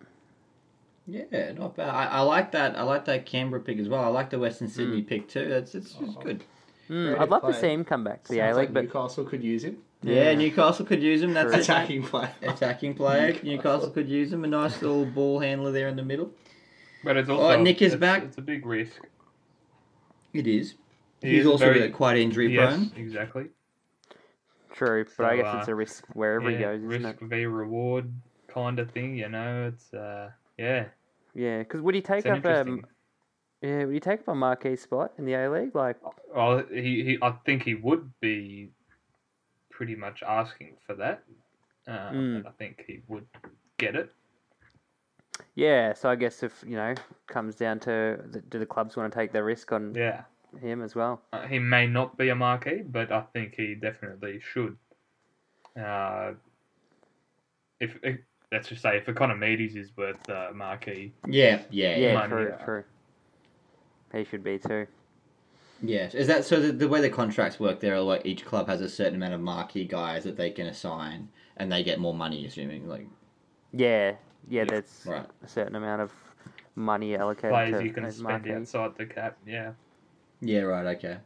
Speaker 1: Yeah, not bad. I, I like that. I like that Canberra pick as well. I like the
Speaker 2: Hmm.
Speaker 1: Western Sydney pick too. That's it's, it's good.
Speaker 2: Mm,
Speaker 5: Creative
Speaker 2: I'd love to
Speaker 5: play.
Speaker 2: see him come back to the A
Speaker 5: Sounds
Speaker 2: League,
Speaker 5: like
Speaker 2: but
Speaker 5: Newcastle could use him.
Speaker 1: Yeah, Newcastle could use him. That's it, mate.
Speaker 5: Attacking player.
Speaker 1: Attacking player. Newcastle could use him. A nice little ball handler there in the middle.
Speaker 3: but it's also
Speaker 1: Alright, Nick is
Speaker 3: it's-
Speaker 1: back.
Speaker 3: It's a big risk.
Speaker 1: It is.
Speaker 3: He
Speaker 1: He's
Speaker 3: is
Speaker 1: also
Speaker 3: very-
Speaker 1: a bit quite injury
Speaker 3: Yes,
Speaker 1: prone.
Speaker 3: exactly.
Speaker 2: true. But I
Speaker 3: So,
Speaker 2: guess
Speaker 3: uh,
Speaker 2: it's a risk wherever
Speaker 3: Yeah,
Speaker 2: he goes, isn't
Speaker 3: risk
Speaker 2: it?
Speaker 3: v reward kind of thing, you know. It's uh, yeah,
Speaker 2: Yeah, because would he take
Speaker 3: it's an
Speaker 2: up um,
Speaker 3: interesting.
Speaker 2: a yeah? Would he take up a marquee spot in the A League? Like,
Speaker 3: Well, he, he, I think he would be pretty much asking for that. Um,
Speaker 2: Mm.
Speaker 1: Hmm.
Speaker 3: and I think he would get it.
Speaker 2: yeah. So I guess if you know comes down to the, do the clubs want to take the risk on
Speaker 3: Yeah,
Speaker 2: him as well?
Speaker 3: uh, he may not be a marquee, but I think he definitely should. Uh, if, if let's just say if Economides is worth uh, marquee,
Speaker 1: Yeah, yeah,
Speaker 2: Yeah,
Speaker 3: might be,
Speaker 2: true,
Speaker 3: yeah.
Speaker 2: true. He should be too.
Speaker 1: Yes, is that so? The, the way the contracts work, there are like each club has a certain amount of marquee guys that they can assign, and they get more money, assuming like
Speaker 2: Yeah, yeah. There's
Speaker 1: right.
Speaker 2: a certain amount of money allocated
Speaker 3: players
Speaker 2: to
Speaker 3: you can
Speaker 2: those
Speaker 3: spend
Speaker 2: marquee.
Speaker 3: outside the cap. Yeah,
Speaker 1: Yeah, right, okay.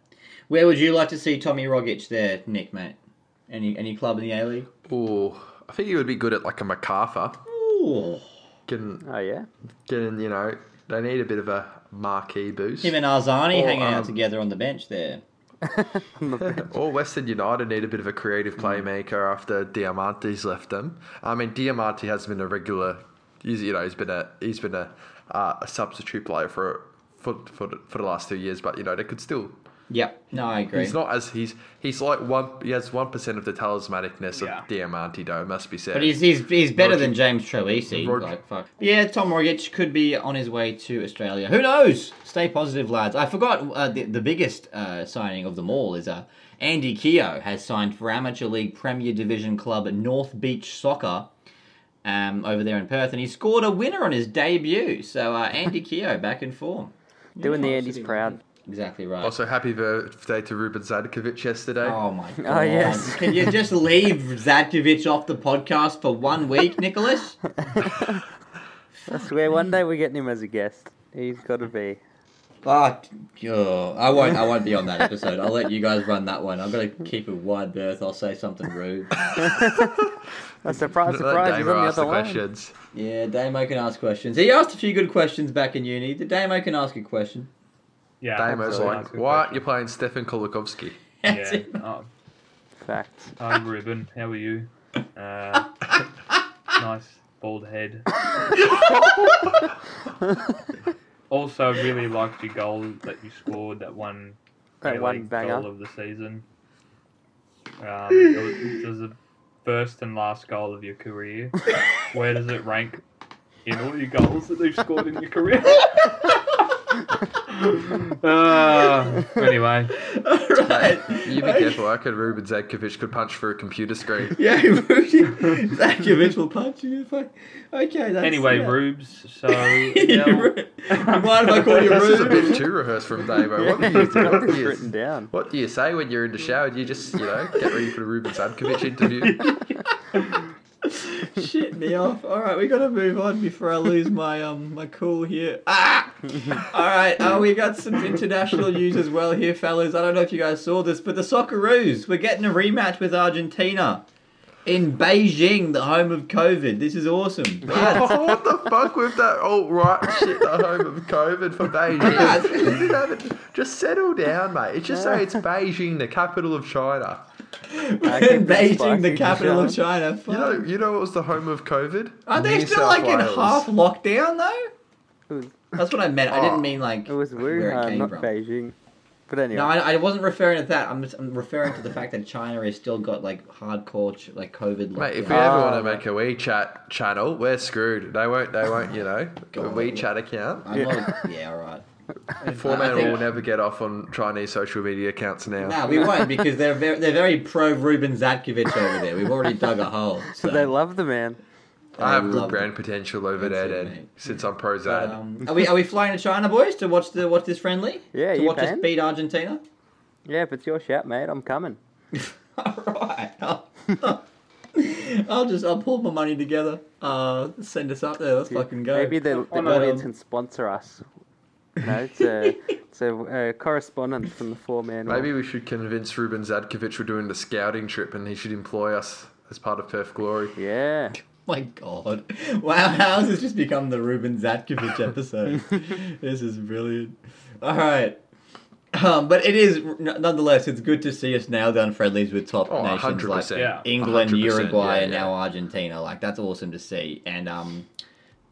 Speaker 1: Where would you like to see Tommy Rogic there, Nick, mate? Any any club in the A League?
Speaker 4: Ooh, I think he would be good at like a MacArthur.
Speaker 1: Ooh,
Speaker 4: Getting,
Speaker 2: Oh yeah.
Speaker 4: getting, you know, they need a bit of a marquee boost.
Speaker 1: him and Arzani
Speaker 4: Or,
Speaker 1: hanging out
Speaker 4: um,
Speaker 1: together on the bench there.
Speaker 4: or Western United need a bit of a creative playmaker after Diamante's left them. I mean, Diamante has been a regular. He's, you know, he's been a he's been a, uh, a substitute player for, for for for the last two years. But you know, they could still.
Speaker 1: Yep. No, I agree.
Speaker 4: He's not as he's he's like one. He has one percent of the talismanicness
Speaker 3: Yeah.
Speaker 4: of Diamante, though. Must be said.
Speaker 1: but he's he's, he's better
Speaker 4: Rogic-
Speaker 1: than James Troisi.
Speaker 4: Rog-
Speaker 1: Like fuck. Yeah, Tom Rogic could be on his way to Australia. Who knows? Stay positive, lads. I forgot uh, the the biggest uh, signing of them all is uh, Andy Keogh has signed for amateur league Premier Division club North Beach Soccer. Um, over there in Perth, and he scored a winner on his debut. So uh, Andy Keogh back in form.
Speaker 2: Doing the Andy's proud.
Speaker 1: Exactly right.
Speaker 4: also happy birthday to Ruben Zadkovic yesterday.
Speaker 1: Oh my god.
Speaker 2: yes.
Speaker 1: Can you just leave Zadkovic off the podcast for one week, Nicholas?
Speaker 2: I swear, one day we're getting him as a guest. He's got to be.
Speaker 1: Fuck oh, I won't I won't be on that episode. I'll let you guys run that one. I've got to keep a wide berth, I'll say something rude.
Speaker 2: A surprise,
Speaker 4: Let
Speaker 2: surprise! He's
Speaker 4: Damo
Speaker 2: on the
Speaker 4: ask the
Speaker 2: other line.
Speaker 4: questions.
Speaker 1: Yeah, Damo can ask questions. He asked a few good questions back in uni. The Damo can ask a question.
Speaker 3: yeah.
Speaker 4: Damo's
Speaker 3: absolutely.
Speaker 4: like,
Speaker 3: Good
Speaker 4: why aren't you
Speaker 3: question.
Speaker 4: playing Stefan Kolikovsky?
Speaker 1: That's it.
Speaker 3: Yeah. Oh,
Speaker 2: Facts.
Speaker 3: Hi, Ruben. How are you? Uh, nice bald head. also, really liked your goal that you scored. That one,
Speaker 2: That
Speaker 3: A
Speaker 2: one
Speaker 3: League
Speaker 2: banger.
Speaker 3: goal of the season. Um, it, was, it was the first and last goal of your career. Where does it rank in all your goals that you've scored in your career? Uh, anyway,
Speaker 1: Alright.
Speaker 4: You be careful. I could Ruben Zadkovic could punch through a computer screen.
Speaker 1: Yeah, Rudy. Zadkovic will punch you if I Okay, that's
Speaker 3: anyway,
Speaker 1: yeah.
Speaker 3: Rubes. So
Speaker 1: You Ru- you mind if I call you
Speaker 4: This is a
Speaker 1: Rude?
Speaker 4: bit too rehearsed from Damo. What, do you,
Speaker 2: He's got
Speaker 4: what, do
Speaker 2: this
Speaker 4: you,
Speaker 2: written down.
Speaker 4: what do you say when you're in the shower? Do you just, you know, get ready for the Ruben Zadkovic interview?
Speaker 1: Shit me off. All right, we gotta move on before I lose my um my cool here. Ah! All right, uh, we got some international news as well here, fellas. I don't know if you guys saw this, but the Socceroos we're getting a rematch with Argentina. in Beijing, the home of COVID. This is awesome. Brad,
Speaker 4: Oh, what the fuck with that alt right shit? The home of COVID for Beijing. You didn't have it- Just settle down, mate. It's just say it's Beijing, the capital of China.
Speaker 1: in Beijing, the
Speaker 2: spicy,
Speaker 1: capital of China.
Speaker 4: You
Speaker 1: Fuck.
Speaker 4: know, you know what was the home of COVID?
Speaker 1: Are they
Speaker 4: New
Speaker 1: still
Speaker 4: South
Speaker 1: like in
Speaker 4: Wales.
Speaker 1: half lockdown though?
Speaker 2: It was,
Speaker 1: That's what I meant. I
Speaker 4: Oh.
Speaker 1: didn't mean like
Speaker 2: it was
Speaker 1: where it
Speaker 2: Wuhan,
Speaker 1: came
Speaker 2: not
Speaker 1: from.
Speaker 2: Beijing. But anyway,
Speaker 1: No, I, I wasn't referring to that. I'm, just, I'm referring to the fact that China has still got like hardcore ch- like COVID.
Speaker 4: Mate, if
Speaker 1: lockdown.
Speaker 4: we ever want to
Speaker 2: Ah,
Speaker 4: make a WeChat channel, we're screwed. They won't. They won't. You know, a
Speaker 1: God.
Speaker 4: WeChat account.
Speaker 1: I'm not- yeah, all right.
Speaker 4: Four
Speaker 1: I
Speaker 4: man
Speaker 1: think-
Speaker 4: will never get off on Chinese social media accounts now.
Speaker 1: No, we won't because they're very, they're very pro Ruben Zatkovich over there. We've already dug a hole. So.
Speaker 2: they love the man.
Speaker 4: I have
Speaker 1: I
Speaker 4: good
Speaker 1: love
Speaker 4: brand potential over
Speaker 1: That's
Speaker 4: there,
Speaker 1: it,
Speaker 4: Ed,
Speaker 1: mate.
Speaker 4: since I'm pro
Speaker 1: But,
Speaker 4: Zad.
Speaker 1: um, are we are we flying to China, boys, to watch the watch this friendly?
Speaker 2: Yeah,
Speaker 1: to
Speaker 2: you
Speaker 1: watch us
Speaker 2: can.
Speaker 1: beat Argentina.
Speaker 2: Yeah, if it's your shout, mate, I'm coming.
Speaker 1: All right. I'll, I'll just I'll pull my money together. Uh, send us up there. Let's fucking go.
Speaker 2: Maybe the, the
Speaker 3: On
Speaker 1: a-
Speaker 2: audience can sponsor us. No, it's a, it's a uh, correspondent from the four man.
Speaker 4: Maybe we should convince Ruben Zadkovich we're doing the scouting trip and he should employ us as part of Perth Glory.
Speaker 2: Yeah.
Speaker 1: My God. Wow, how's this just become the Ruben Zatkovich episode? this is brilliant. All right. Um, but it is, n- nonetheless, it's good to see us nail down friendlies with top
Speaker 4: Oh,
Speaker 1: nations like
Speaker 4: 100%.
Speaker 3: Yeah.
Speaker 1: England,
Speaker 4: 100%,
Speaker 1: Uruguay,
Speaker 4: yeah,
Speaker 1: and
Speaker 4: yeah.
Speaker 1: now Argentina. Like, that's awesome to see. And, um,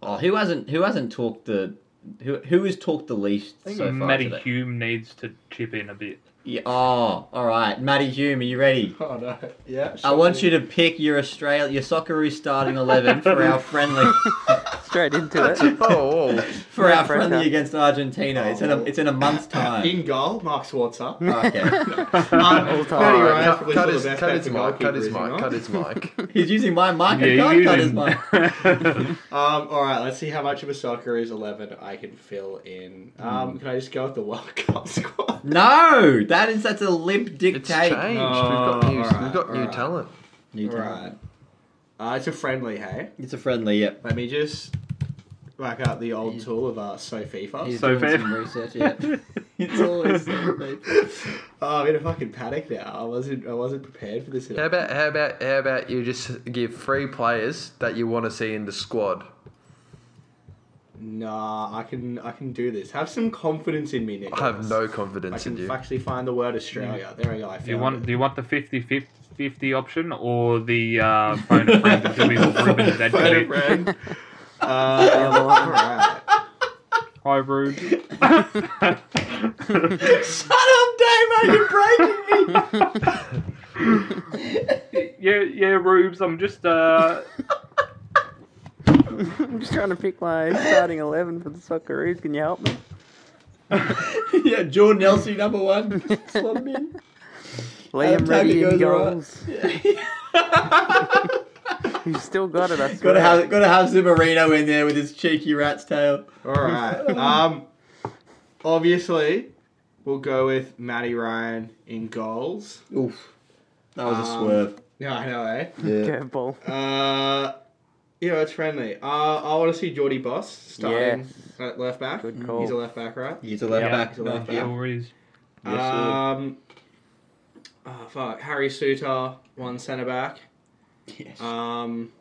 Speaker 1: oh, who hasn't, who hasn't talked the, who, who has talked the least
Speaker 3: I think
Speaker 1: so far
Speaker 3: Matty
Speaker 1: today?
Speaker 3: Hume needs to chip in a bit.
Speaker 1: Yeah, oh, all right. Matty Hume, are you ready?
Speaker 5: Oh no. Yeah.
Speaker 1: I want you to pick your Australia, your Socceroos starting 11 for our friendly.
Speaker 2: Straight into it.
Speaker 4: Oh, oh.
Speaker 1: for
Speaker 2: No
Speaker 1: our
Speaker 2: pressure.
Speaker 1: friendly against Argentina. It's in a it's in a month's time.
Speaker 5: In goal, Mark Swartzer.
Speaker 1: okay,
Speaker 5: All
Speaker 4: All right,
Speaker 5: time.
Speaker 4: cut, cut his, cut his mic, cut his mic, cut his mic.
Speaker 1: he's using my mic. I can't
Speaker 3: you
Speaker 1: cut his
Speaker 3: didn't.
Speaker 1: mic.
Speaker 5: Um, all right, let's see how much of a soccer is 11 I can fill in. Um, Can I just go with the World Cup squad?
Speaker 1: No, that is that's a limp
Speaker 4: It's
Speaker 1: dictate.
Speaker 4: changed.
Speaker 5: Oh,
Speaker 4: we've got new,
Speaker 5: alright,
Speaker 4: we've got new
Speaker 5: alright.
Speaker 4: talent.
Speaker 1: New
Speaker 5: All
Speaker 1: talent.
Speaker 5: right. Uh, it's a friendly, hey?
Speaker 1: It's a friendly. Yep.
Speaker 5: Let me just whack out the old tool of uh, So FIFA.
Speaker 1: He's
Speaker 3: So
Speaker 1: doing
Speaker 3: fair.
Speaker 1: some research. Yep. it's always so big.
Speaker 5: Oh, I'm in a fucking panic now. I wasn't I wasn't prepared for this. at
Speaker 4: How
Speaker 5: all.
Speaker 4: about how about how about you just give three players that you want to see in the squad?
Speaker 5: Nah, I can I can do this. Have some confidence in me, Nick.
Speaker 4: I have no
Speaker 5: I
Speaker 4: confidence in
Speaker 5: can
Speaker 4: you.
Speaker 5: actually find the word Australia. There we go. I found
Speaker 3: Do you want
Speaker 5: it.
Speaker 3: do you want the 50 50, option or the uh, phone a friend until we will Ruben
Speaker 5: Phone a
Speaker 3: Zadkovich?
Speaker 5: friend. Um, all right.
Speaker 3: Hi, Rube.
Speaker 1: Shut up, Damo! You're breaking me.
Speaker 3: Yeah, yeah, Rubes. I'm just uh,
Speaker 2: I'm just trying to pick my starting 11 for the Socceroos. Can you help me?
Speaker 1: yeah, Jordan Elsie number one. Swap him in.
Speaker 2: Liam
Speaker 1: Adam
Speaker 2: Reddy
Speaker 1: Taggart
Speaker 2: in
Speaker 1: goes alright.
Speaker 2: goals. You've still got it, I swear.
Speaker 1: Gotta have gotta have Zumarino in there with his cheeky rat's tail.
Speaker 5: All right. Um, obviously, we'll go with Matty Ryan in goals.
Speaker 1: Oof, that was a
Speaker 5: Um,
Speaker 1: swerve.
Speaker 5: Yeah, I know, eh?
Speaker 1: Yeah.
Speaker 2: Curveball.
Speaker 5: Uh, you know, it's friendly. Uh, I want to see Geordie Boss starting
Speaker 2: Yes.
Speaker 5: at left back.
Speaker 2: Good call.
Speaker 5: He's a left back, right?
Speaker 1: He's a left
Speaker 3: Yeah.
Speaker 1: back.
Speaker 5: He's a left
Speaker 1: no, yeah.
Speaker 5: back.
Speaker 3: sure is.
Speaker 5: um, oh, fuck. Harry Suter, one centre back.
Speaker 1: Yes.
Speaker 5: Um,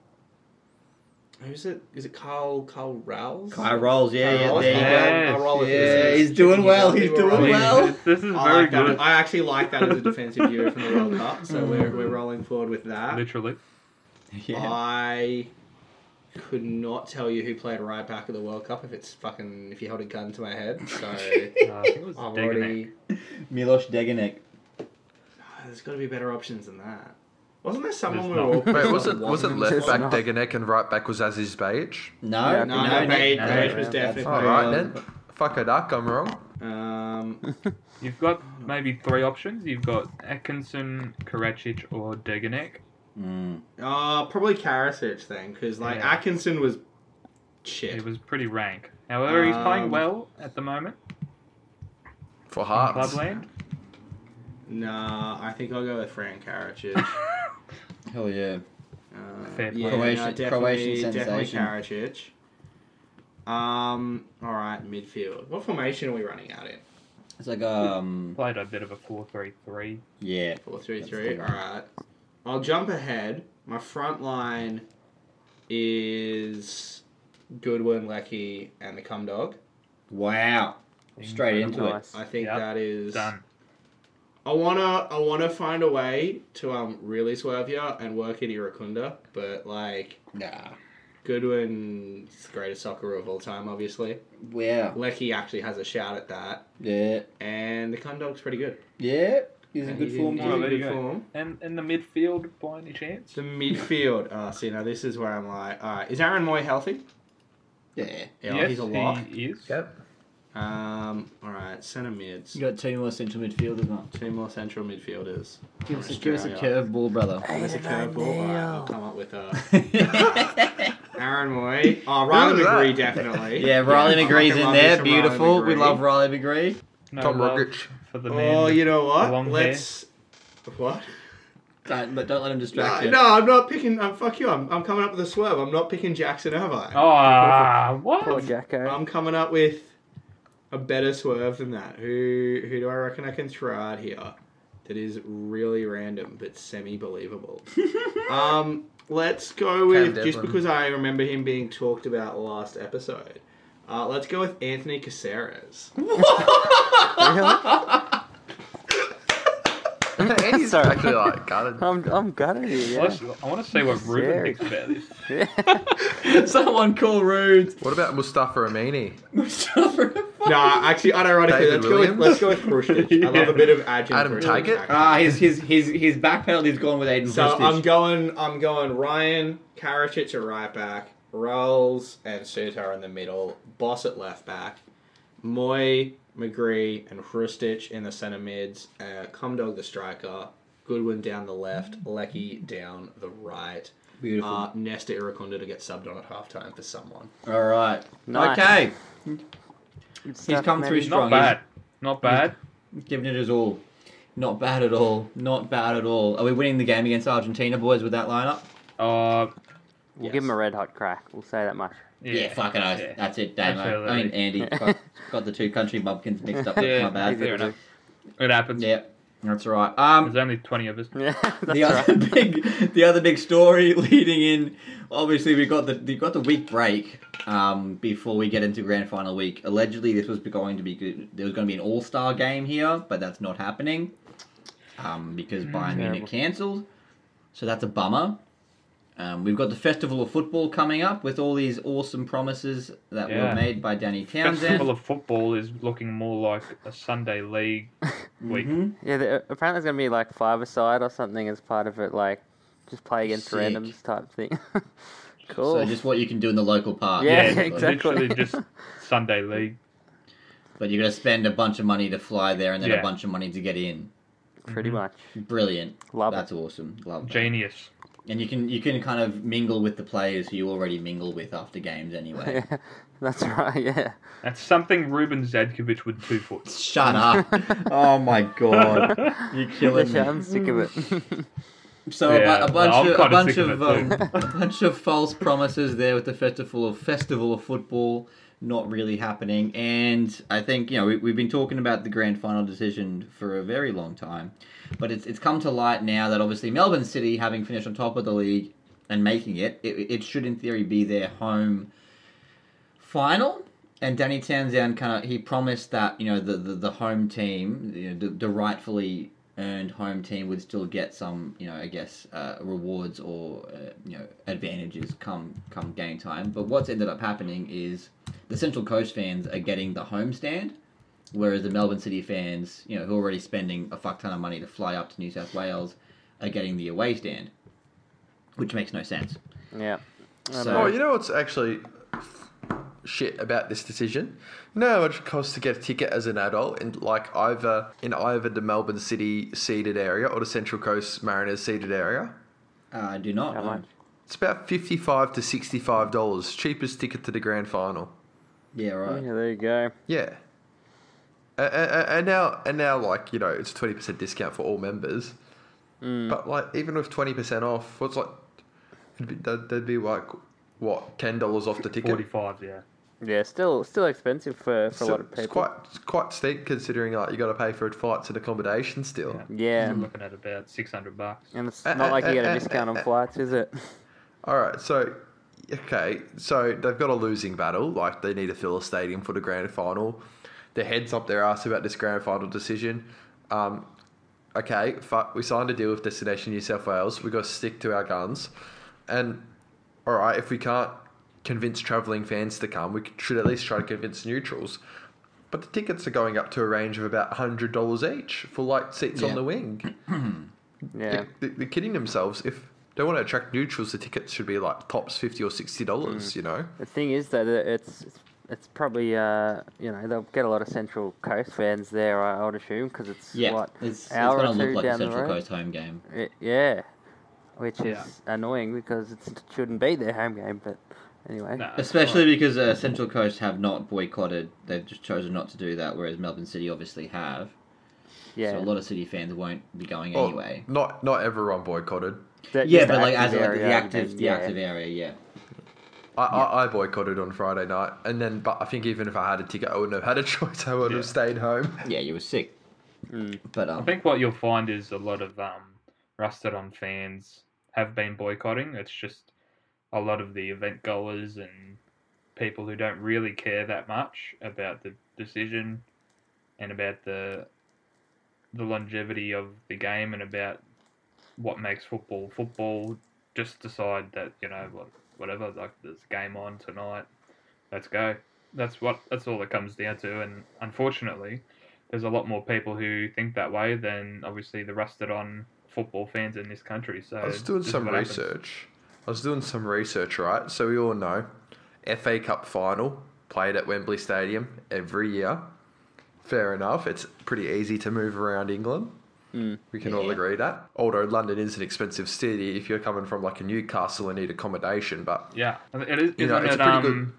Speaker 5: who is it? Is it Carl Carl Rowles?
Speaker 1: Kai rolls, yeah,
Speaker 5: Carl
Speaker 1: yeah,
Speaker 5: Rowles?
Speaker 1: there you
Speaker 3: Yeah.
Speaker 1: go.
Speaker 5: Carl Rowles, Carl Rowles is-
Speaker 1: Yeah,
Speaker 5: is
Speaker 1: he's doing
Speaker 5: chipping
Speaker 1: well,
Speaker 5: his
Speaker 1: he's
Speaker 5: up.
Speaker 1: doing
Speaker 5: Rolling.
Speaker 1: well.
Speaker 3: This, this is
Speaker 5: I
Speaker 3: very
Speaker 5: like that.
Speaker 3: good.
Speaker 5: I actually like that as a defensive hero from the World Cup, so we're, we're rolling forward with that.
Speaker 3: Literally.
Speaker 1: Yeah.
Speaker 5: I could not tell you who played right back at the World Cup if it's fucking if you held a gun to my head. So
Speaker 3: Uh,
Speaker 5: I'm
Speaker 3: I think it was Degenek.
Speaker 5: already.
Speaker 1: Milos Degenek.
Speaker 5: Ah, There's got to be better options than that. Wasn't there someone
Speaker 3: There's
Speaker 5: we were
Speaker 3: not.
Speaker 5: all?
Speaker 4: Wait, was it was it
Speaker 5: Wasn't
Speaker 4: left
Speaker 5: there
Speaker 4: back
Speaker 2: not.
Speaker 4: Deganek and right back was Aziz Bayic?
Speaker 1: No,
Speaker 2: No,
Speaker 5: No, no,
Speaker 1: Nick.
Speaker 5: Paige,
Speaker 3: no,
Speaker 5: Paige was
Speaker 2: no,
Speaker 5: definitely.
Speaker 4: All right then. Fuck a duck, I'm wrong.
Speaker 5: Um,
Speaker 3: You've got maybe three options. You've got Atkinson, Karacic, or Degenek.
Speaker 1: Mm.
Speaker 5: uh, probably Karasic then, because like
Speaker 3: Yeah.
Speaker 5: Atkinson was shit.
Speaker 3: It was pretty rank. However, he's playing
Speaker 5: Um,
Speaker 3: well at the moment.
Speaker 4: For
Speaker 3: in
Speaker 4: hearts.
Speaker 3: Clubland.
Speaker 5: Nah, I think I'll go with Fran Karasic.
Speaker 1: Hell yeah.
Speaker 5: Uh,
Speaker 3: Fair play.
Speaker 5: yeah,
Speaker 1: Croatian-
Speaker 5: no, definitely,
Speaker 1: Croatian
Speaker 5: definitely
Speaker 1: sensation.
Speaker 5: Karacic. Um, all right, midfield. What formation are we running out in?
Speaker 1: It's like, um,
Speaker 3: Played a bit of a 4 3 3.
Speaker 1: yeah.
Speaker 5: Four three
Speaker 1: That's
Speaker 5: three.
Speaker 1: the
Speaker 5: All
Speaker 1: one.
Speaker 5: right. I'll jump ahead. My front line is Goodwin, Lecky, and the Cum Dog.
Speaker 1: Wow. Straight into it.
Speaker 2: Nice.
Speaker 5: I think
Speaker 3: Yep.
Speaker 5: that is
Speaker 3: Done.
Speaker 5: I wanna I wanna find a way to um really swerve you and work in Irakunda, but like
Speaker 1: Nah.
Speaker 5: Goodwin is the greatest soccer of all time, obviously.
Speaker 1: Wow.
Speaker 5: Lecky actually has a shout at that,
Speaker 1: Yeah.
Speaker 5: and the Cum Dog's pretty good.
Speaker 1: Yeah. He's in
Speaker 5: And
Speaker 1: good
Speaker 5: he's
Speaker 1: form
Speaker 5: he's
Speaker 3: Oh,
Speaker 1: too.
Speaker 5: in
Speaker 3: there
Speaker 5: good
Speaker 3: you go.
Speaker 5: form.
Speaker 3: And in the midfield, by any chance?
Speaker 5: The midfield. Oh, see, now this is where I'm like, all right, is Aaron Moy healthy?
Speaker 1: Yeah.
Speaker 5: Yeah,
Speaker 3: yes,
Speaker 5: he's a lock.
Speaker 3: he is.
Speaker 4: Yep.
Speaker 5: Um, all right, centre mids.
Speaker 1: You got two more central midfielders, mate.
Speaker 5: Two more central midfielders.
Speaker 1: Give
Speaker 5: us
Speaker 1: us,
Speaker 5: a-
Speaker 1: a,
Speaker 5: give us a
Speaker 1: curveball, brother.
Speaker 5: Give us a curveball. All right, I'll come up with a Aaron Moy. Oh,
Speaker 4: Who
Speaker 5: Riley
Speaker 4: is that?
Speaker 5: McGree, definitely.
Speaker 1: yeah, Riley
Speaker 5: I
Speaker 1: McGree's in
Speaker 5: fucking love me
Speaker 1: there.
Speaker 5: some Riley
Speaker 1: Beautiful. We
Speaker 5: McGree.
Speaker 1: love Riley McGree.
Speaker 3: No
Speaker 4: Tom
Speaker 3: love
Speaker 4: Rogic.
Speaker 3: for the man.
Speaker 5: Oh, you know
Speaker 3: The
Speaker 5: what?
Speaker 3: long
Speaker 5: Let's. What?
Speaker 1: Don't, but don't let him distract
Speaker 5: No,
Speaker 1: you.
Speaker 5: no, I'm not picking. I'm fuck you. I'm, I'm coming up with a swerve. I'm not picking Jackson, have I?
Speaker 3: Ah,
Speaker 2: Poor
Speaker 3: what?
Speaker 2: Jacko.
Speaker 5: I'm coming up with a better swerve than that. Who who do I reckon I can throw out here that is really random but semi believable? um, let's go with just
Speaker 4: Devlin.
Speaker 5: because I remember him being talked about last episode. Uh, let's go with Anthony Caceres.
Speaker 2: Really?
Speaker 4: and he's
Speaker 2: Sorry.
Speaker 4: actually like gutted.
Speaker 3: Um,
Speaker 2: I'm, I'm gutted here, yeah.
Speaker 3: Let's- I want to see what Ruben
Speaker 2: Very-
Speaker 3: thinks about this.
Speaker 1: Someone call Rude.
Speaker 4: What about Mustafa Amini?
Speaker 5: nah, actually, unironically,
Speaker 4: David
Speaker 5: let's go, with,
Speaker 4: Williams?
Speaker 5: let's go with Krustic. I love a bit of Adrian
Speaker 4: Adam
Speaker 5: Krustic,
Speaker 4: Taggart?
Speaker 5: actually.
Speaker 1: Ah, his his his his back penalty's gone with Aiden
Speaker 5: So
Speaker 1: Christie.
Speaker 5: I'm going. I'm going. Ryan Karacic at right back, Rolls and Suter in the middle, Boss at left back, Moy, McGree, and Hrustic in the centre mids, uh, Comdog the striker, Goodwin down the left, Lecky down the right.
Speaker 1: Beautiful.
Speaker 5: Uh, Nesta Irakunda to get subbed on at halftime for someone.
Speaker 1: All right.
Speaker 2: Nice.
Speaker 1: Uh, Okay.
Speaker 2: Good stuff,
Speaker 1: come through
Speaker 2: man.
Speaker 1: strong.
Speaker 3: Not bad. Not bad.
Speaker 1: Giving it his all. Not bad at all. Not bad at all. Are we winning the game against Argentina, boys, with that lineup?
Speaker 3: Uh,
Speaker 2: We'll give him a red hot crack. We'll say that much.
Speaker 3: yeah.
Speaker 1: fucking oath.
Speaker 3: Yeah.
Speaker 1: That's it, Damo. I mean,
Speaker 3: Absolutely.
Speaker 1: Andy. Fuck, got the two country bumpkins mixed up.
Speaker 3: Yeah,
Speaker 1: My bad.
Speaker 2: Easy
Speaker 3: fair
Speaker 2: to
Speaker 3: enough. It happens.
Speaker 1: Yep. That's right. Um,
Speaker 3: There's only 20 of us.
Speaker 2: do. Yeah, that's
Speaker 1: the other
Speaker 2: right.
Speaker 1: big, the other big story leading in. Obviously, we got the we got the week break um, before we get into grand final week. Allegedly, this was going to be good. There was going to be an all star game here, but that's not happening um, because
Speaker 3: Hmm,
Speaker 1: Bayern Munich
Speaker 2: terrible.
Speaker 1: cancelled. So that's a bummer. Um, we've got the Festival of Football coming up with all these awesome promises that
Speaker 3: Yeah.
Speaker 1: were made by Danny Townsend.
Speaker 3: Festival of Football is looking more like a Sunday league week.
Speaker 1: Mhm.
Speaker 2: Yeah, there, apparently there's going to be like five aside or something as part of it, like just play against
Speaker 1: Sick.
Speaker 2: randoms type thing. cool.
Speaker 1: So just what you can do in the local park.
Speaker 2: Yeah,
Speaker 3: it's
Speaker 1: basically.
Speaker 2: exactly.
Speaker 3: Literally just Sunday league.
Speaker 1: But you're going to spend a bunch of money to fly there and then a
Speaker 3: Yeah.
Speaker 1: bunch of money to get in.
Speaker 2: Pretty much.
Speaker 1: Brilliant.
Speaker 2: Love
Speaker 1: Mm-hmm. That's
Speaker 2: it.
Speaker 1: awesome. Love that.
Speaker 3: Genius.
Speaker 1: And you can you can kind of mingle with the players who you already mingle with after games anyway.
Speaker 2: Yeah, that's right, yeah.
Speaker 3: That's something Ruben Zadkovic would do for us.
Speaker 1: Shut up. oh my god. You're killing
Speaker 2: Literally,
Speaker 1: me.
Speaker 2: I'm sick of it.
Speaker 1: So a bu-
Speaker 3: Yeah,
Speaker 1: a, bunch
Speaker 3: I'm
Speaker 1: of a
Speaker 3: kinda
Speaker 1: bunch
Speaker 3: sick of
Speaker 1: of, um,
Speaker 3: it
Speaker 1: a bunch of false promises there with the festival of festival of football not really happening. And I think you know we, we've been talking about the grand final decision for a very long time, but it's it's come to light now that obviously Melbourne City, having finished on top of the league and making it, it, it should in theory be their home final. And Danny Townsend kind of he promised that you know the the, the home team, you know, the, the rightfully earned home team would still get some you know I guess uh, rewards or uh, you know advantages come come game time. But what's ended up happening is the Central Coast fans are getting the home stand, whereas the Melbourne City fans, you know, who are already spending a fuck ton of money to fly up to New South Wales, are getting the away stand, which makes no sense.
Speaker 2: yeah. I
Speaker 1: So-
Speaker 2: know.
Speaker 4: Oh, you know what's actually shit about this decision? You know how much it costs to get a ticket as an adult in like either in either the Melbourne City seated area or the Central Coast Mariners seated area?
Speaker 1: Uh, I do not.
Speaker 2: How
Speaker 1: know.
Speaker 2: much?
Speaker 4: It's about fifty-five to sixty-five dollars, cheapest ticket to the grand final.
Speaker 1: Yeah,
Speaker 2: Yeah,
Speaker 1: right.
Speaker 2: there you go.
Speaker 4: Yeah. A- a- a- And now, and now, like you know, it's twenty percent discount for all members.
Speaker 2: Mm.
Speaker 4: But like, even with twenty percent off, what's like, it'd be, that'd, that'd be like what ten dollars off the ticket?
Speaker 3: 45, yeah.
Speaker 2: Yeah, still still expensive for, for a lot of people.
Speaker 4: It's quite it's quite steep considering like you got to pay for flights and accommodation still.
Speaker 3: Yeah.
Speaker 2: yeah,
Speaker 3: I'm looking at about 600 bucks.
Speaker 2: and it's
Speaker 4: Uh,
Speaker 2: not
Speaker 4: uh,
Speaker 2: like you get
Speaker 4: uh,
Speaker 2: a
Speaker 4: uh,
Speaker 2: discount on
Speaker 4: uh,
Speaker 2: flights, is it?
Speaker 4: All right, so okay, so they've got a losing battle. Like they need to fill a stadium for the grand final. Their heads up their ass about this grand final decision. Um, okay, fuck, we signed a deal with Destination New South Wales. We got to stick to our guns. And all right, if we can't convince travelling fans to come, we should at least try to convince neutrals. But the tickets are going up to a range of about hundred dollars each for like seats on
Speaker 5: Yeah.
Speaker 4: the wing
Speaker 2: Yeah,
Speaker 4: they, they're kidding themselves. If they want to attract neutrals, the tickets should be like tops fifty or sixty dollars. You know,
Speaker 2: the thing is that it- it's it's- it's probably uh you know they'll get a lot of Central Coast fans there, I I would assume, because it's
Speaker 1: Yeah,
Speaker 2: what
Speaker 1: it's, it's
Speaker 2: hour
Speaker 1: going to
Speaker 2: or two
Speaker 1: look like the
Speaker 2: down the
Speaker 1: Central
Speaker 2: road.
Speaker 1: Coast home game.
Speaker 2: It- yeah, which is
Speaker 3: Yeah.
Speaker 2: annoying because it's- it shouldn't be their home game, but anyway.
Speaker 3: Nah, it's
Speaker 1: Especially because uh, Central Coast have not boycotted; they've just chosen not to do that. Whereas Melbourne City obviously have.
Speaker 2: Yeah,
Speaker 1: So a lot of City fans won't be going
Speaker 4: Well,
Speaker 1: anyway.
Speaker 4: not not everyone boycotted.
Speaker 2: That-
Speaker 1: yeah,
Speaker 2: just
Speaker 1: but
Speaker 2: the
Speaker 1: like as like
Speaker 2: active
Speaker 1: the
Speaker 2: area,
Speaker 1: active,
Speaker 2: then,
Speaker 1: the
Speaker 2: yeah.
Speaker 1: active area, yeah.
Speaker 4: I, I, I boycotted on Friday night, and then but I think even if I had a ticket, I wouldn't have had a choice. I would have
Speaker 3: Yeah.
Speaker 4: stayed home.
Speaker 1: Yeah, you were sick.
Speaker 2: Hmm.
Speaker 1: But
Speaker 3: I
Speaker 1: um,
Speaker 3: think what you'll find is a lot of um, rusted on fans have been boycotting. It's just a lot of the event goers and people who don't really care that much about the decision and about the the longevity of the game and about what makes football football. Just decide that you know what, whatever like there's a game on tonight. Let's go. That's what that's all it comes down to. And unfortunately, there's a lot more people who think that way than obviously the rusted on football fans in this country. So
Speaker 4: I was doing
Speaker 3: this is
Speaker 4: some
Speaker 3: what happens.
Speaker 4: research. I was doing some research, right? So we all know, FA Cup final played at Wembley Stadium every year. Fair enough. It's pretty easy to move around England.
Speaker 3: Mm.
Speaker 4: We can all
Speaker 1: Yeah.
Speaker 4: agree that. Although London is an expensive city if you're coming from like a Newcastle and need accommodation, but
Speaker 3: Yeah, it is. Isn't
Speaker 4: You know, it's
Speaker 3: it
Speaker 4: pretty
Speaker 3: um,
Speaker 4: good-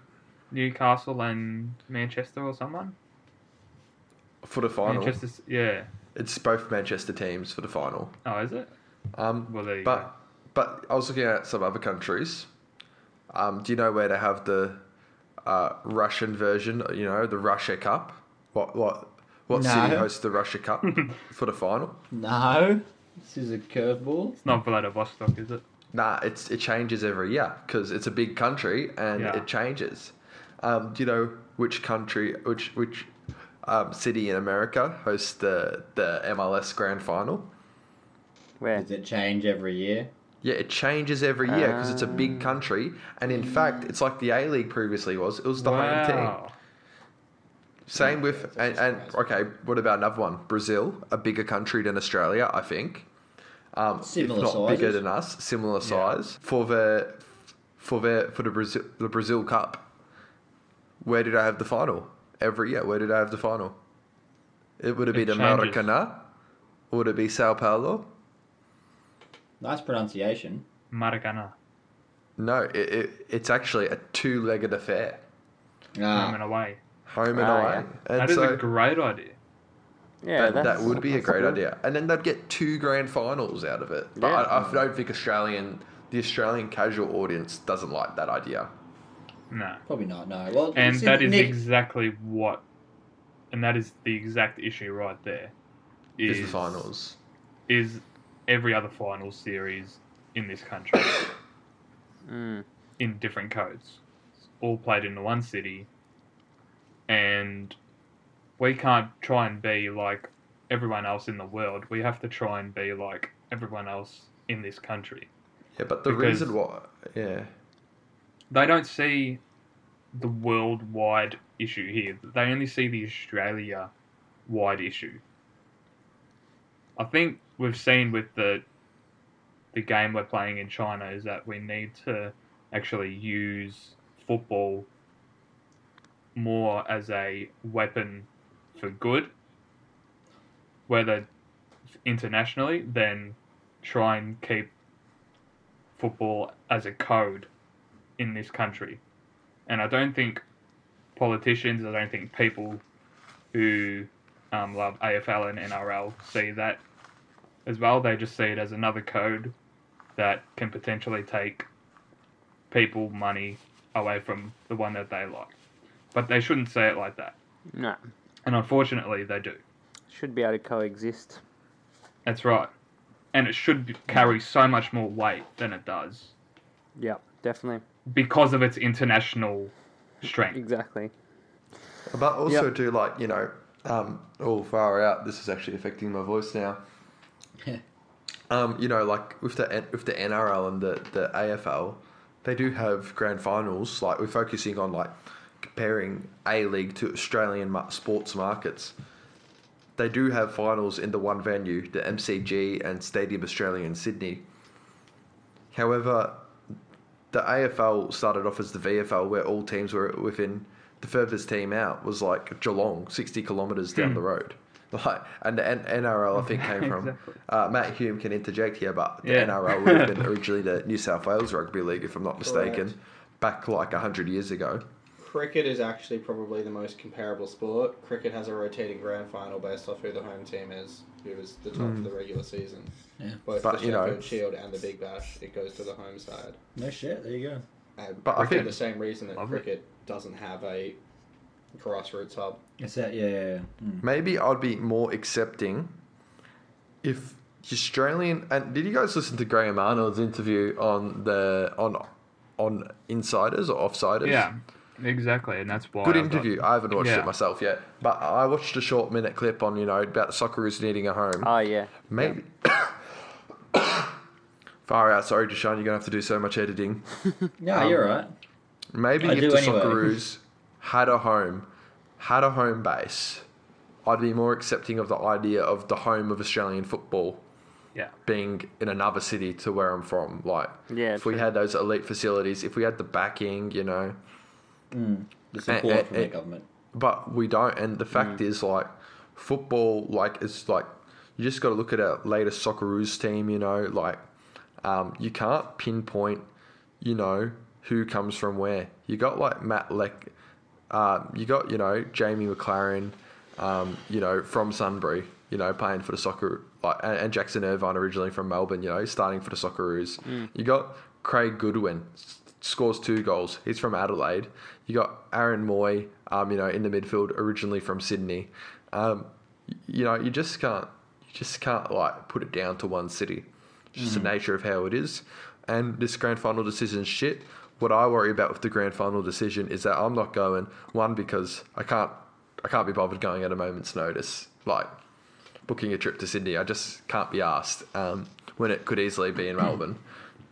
Speaker 3: Newcastle and Manchester or someone?
Speaker 4: for the final,
Speaker 3: Manchester. s- Yeah.
Speaker 4: it's both Manchester teams for the final.
Speaker 3: Oh, is it?
Speaker 4: Um,
Speaker 3: Well, there you
Speaker 4: But but I was looking at some other countries. Um, do you know where to have the uh, Russian version? You know, the Russia Cup. What what what city
Speaker 1: No.
Speaker 4: hosts the Russia Cup for the final?
Speaker 1: no, this is a curveball.
Speaker 3: go. Not Vladivostok, is it?
Speaker 4: Nah, it's it changes every year because it's a big country and
Speaker 3: Yeah.
Speaker 4: it changes. Um, do you know which country, which which um, city in America hosts the the MLS Grand Final?
Speaker 2: Where?
Speaker 1: Does it change every year?
Speaker 4: Yeah, it changes every year because it's a big
Speaker 3: Ah.
Speaker 4: country, and in fact, it's like the A League previously was. It was the home team.
Speaker 3: wow.
Speaker 4: Same with and, and okay, what about another one? Brazil, a bigger country than Australia, I think. Um,
Speaker 1: Similar
Speaker 4: if not bigger
Speaker 1: sizes.
Speaker 4: than us, similar size for the for the for the Brazil the Brazil Cup. Where did I have the final every year? Where did I have the final? It would have
Speaker 3: It
Speaker 4: been
Speaker 3: changes.
Speaker 4: Maracanã. Would it be Sao Paulo?
Speaker 1: Nice pronunciation.
Speaker 3: Maracana.
Speaker 4: No, it, it, it's actually a two-legged affair.
Speaker 3: Home
Speaker 1: Ah,
Speaker 3: and away.
Speaker 4: home and
Speaker 2: Ah,
Speaker 4: away. And
Speaker 3: That is
Speaker 4: so
Speaker 3: a great idea.
Speaker 2: Yeah,
Speaker 4: that, that
Speaker 2: that's-
Speaker 4: would be a
Speaker 2: that's
Speaker 4: great
Speaker 2: good.
Speaker 4: idea. And then they'd get two grand finals out of it. But I, I don't think Australian, the Australian casual audience doesn't like that idea.
Speaker 3: No.
Speaker 1: probably not. No. Well,
Speaker 3: And
Speaker 1: see,
Speaker 3: that is
Speaker 1: Nick,
Speaker 3: exactly what. And that is the exact issue right there.
Speaker 4: Is, the finals.
Speaker 3: Is every other final series in this country.
Speaker 2: Mm.
Speaker 3: in different codes, all played in the one city, and we can't try and be like everyone else in the world. We have to try and be like everyone else in this country.
Speaker 4: Yeah, but the
Speaker 3: Because-
Speaker 4: reason why, yeah,
Speaker 3: They don't see the worldwide issue here. They only see the Australia wide issue. I think we've seen with the the game we're playing in China is that we need to actually use football more as a weapon for good, whether internationally, than try and keep football as a code in this country. And I don't think politicians, I don't think people who um, love AFL and NRL see that as well. They just see it as another code that can potentially take people money away from the one that they like. But they shouldn't say it like that.
Speaker 2: No,
Speaker 3: And unfortunately, they do.
Speaker 2: should be able to coexist.
Speaker 3: That's right. And it should be- carry so much more weight than it does
Speaker 2: Yeah, definitely,
Speaker 3: because of its international strength.
Speaker 2: exactly.
Speaker 4: But also do like you know, um, oh far out. This is actually affecting my voice now. um, you know, like with the N- with the NRL and the the AFL, they do have grand finals. Like we're focusing on like comparing A League to Australian mar- sports markets. They do have finals in the one venue, the MCG and Stadium Australia in Sydney. However, the AFL started off as the VFL, where all teams were within the furthest team out was like Geelong, sixty kilometres
Speaker 3: Hmm.
Speaker 4: down the road. Like, and the N- NRL, I think, came from
Speaker 3: Exactly.
Speaker 4: uh, Matt Hume can interject here, but the
Speaker 3: Yeah.
Speaker 4: NRL would have been originally the New South Wales Rugby League, if I'm not mistaken, back like hundred years ago.
Speaker 6: Cricket is actually probably the most comparable sport. Cricket has a rotating grand final based off who the home team is, who was the top of the regular season.
Speaker 8: Yeah.
Speaker 6: Both
Speaker 4: Hmm. But,
Speaker 6: the
Speaker 4: you know-
Speaker 6: Sheffield Shield and the Big Bash, it goes to the home side.
Speaker 8: No shit. There you go.
Speaker 6: And
Speaker 4: But I
Speaker 6: but cricket,
Speaker 4: think-
Speaker 6: the same reason that
Speaker 3: Love it.
Speaker 6: cricket doesn't have a grassroots hub.
Speaker 8: It's that. Yeah. yeah, yeah.
Speaker 1: Hmm.
Speaker 8: Mm.
Speaker 4: Maybe I'd be more accepting if the Australian. And did you guys listen to Graham Arnold's interview on the on on insiders or offsiders?
Speaker 3: Yeah, exactly. And that's why.
Speaker 4: Good
Speaker 3: I've got-
Speaker 4: interview. I haven't watched
Speaker 3: Yeah.
Speaker 4: it myself yet, but I watched a short minute clip on you know about the Socceroos needing a home.
Speaker 3: Uh,
Speaker 2: Oh yeah,
Speaker 4: Maybe. Far out. Sorry, Deshaun. You're gonna have to do so much editing.
Speaker 8: No,
Speaker 2: Um,
Speaker 8: you're right.
Speaker 4: Maybe
Speaker 8: I
Speaker 4: if
Speaker 8: do
Speaker 4: the
Speaker 8: anyway.
Speaker 4: Socceroos had a home, had a home base, I'd be more accepting of the idea of the home of Australian football
Speaker 3: Yeah.
Speaker 4: being in another city to where I'm from. Like,
Speaker 2: Yeah,
Speaker 4: if we
Speaker 2: true.
Speaker 4: had those elite facilities, if we had the backing, you know,
Speaker 8: The
Speaker 4: Eh,
Speaker 8: support
Speaker 4: eh,
Speaker 8: from
Speaker 4: eh.
Speaker 8: the government.
Speaker 4: but we don't. And the fact
Speaker 2: Mm.
Speaker 4: is, like, football, like, it's like you just got to look at our latest Socceroos team. You know, like, um, you can't pinpoint, you know, who comes from where. You got like Matt Leck, uh, you got you know Jamie McLaren, um, you know, from Sunbury, you know, playing for the soccer, like, and, and Jackson Irvine originally from Melbourne, you know, starting for the Socceroos. You got Craig Goodwin, s- scores two goals. He's from Adelaide. You got Aaron Moy, um, you know, in the midfield, originally from Sydney. Um, y- you know, you just can't, you just can't like put it down to one city. It's just the nature of how it is. And this grand final decision shit. What I worry about with the grand final decision is that I'm not going one because I can't I can't be bothered going at a moment's notice. Like booking a trip to Sydney, I just can't be asked um, when it could easily be in Melbourne.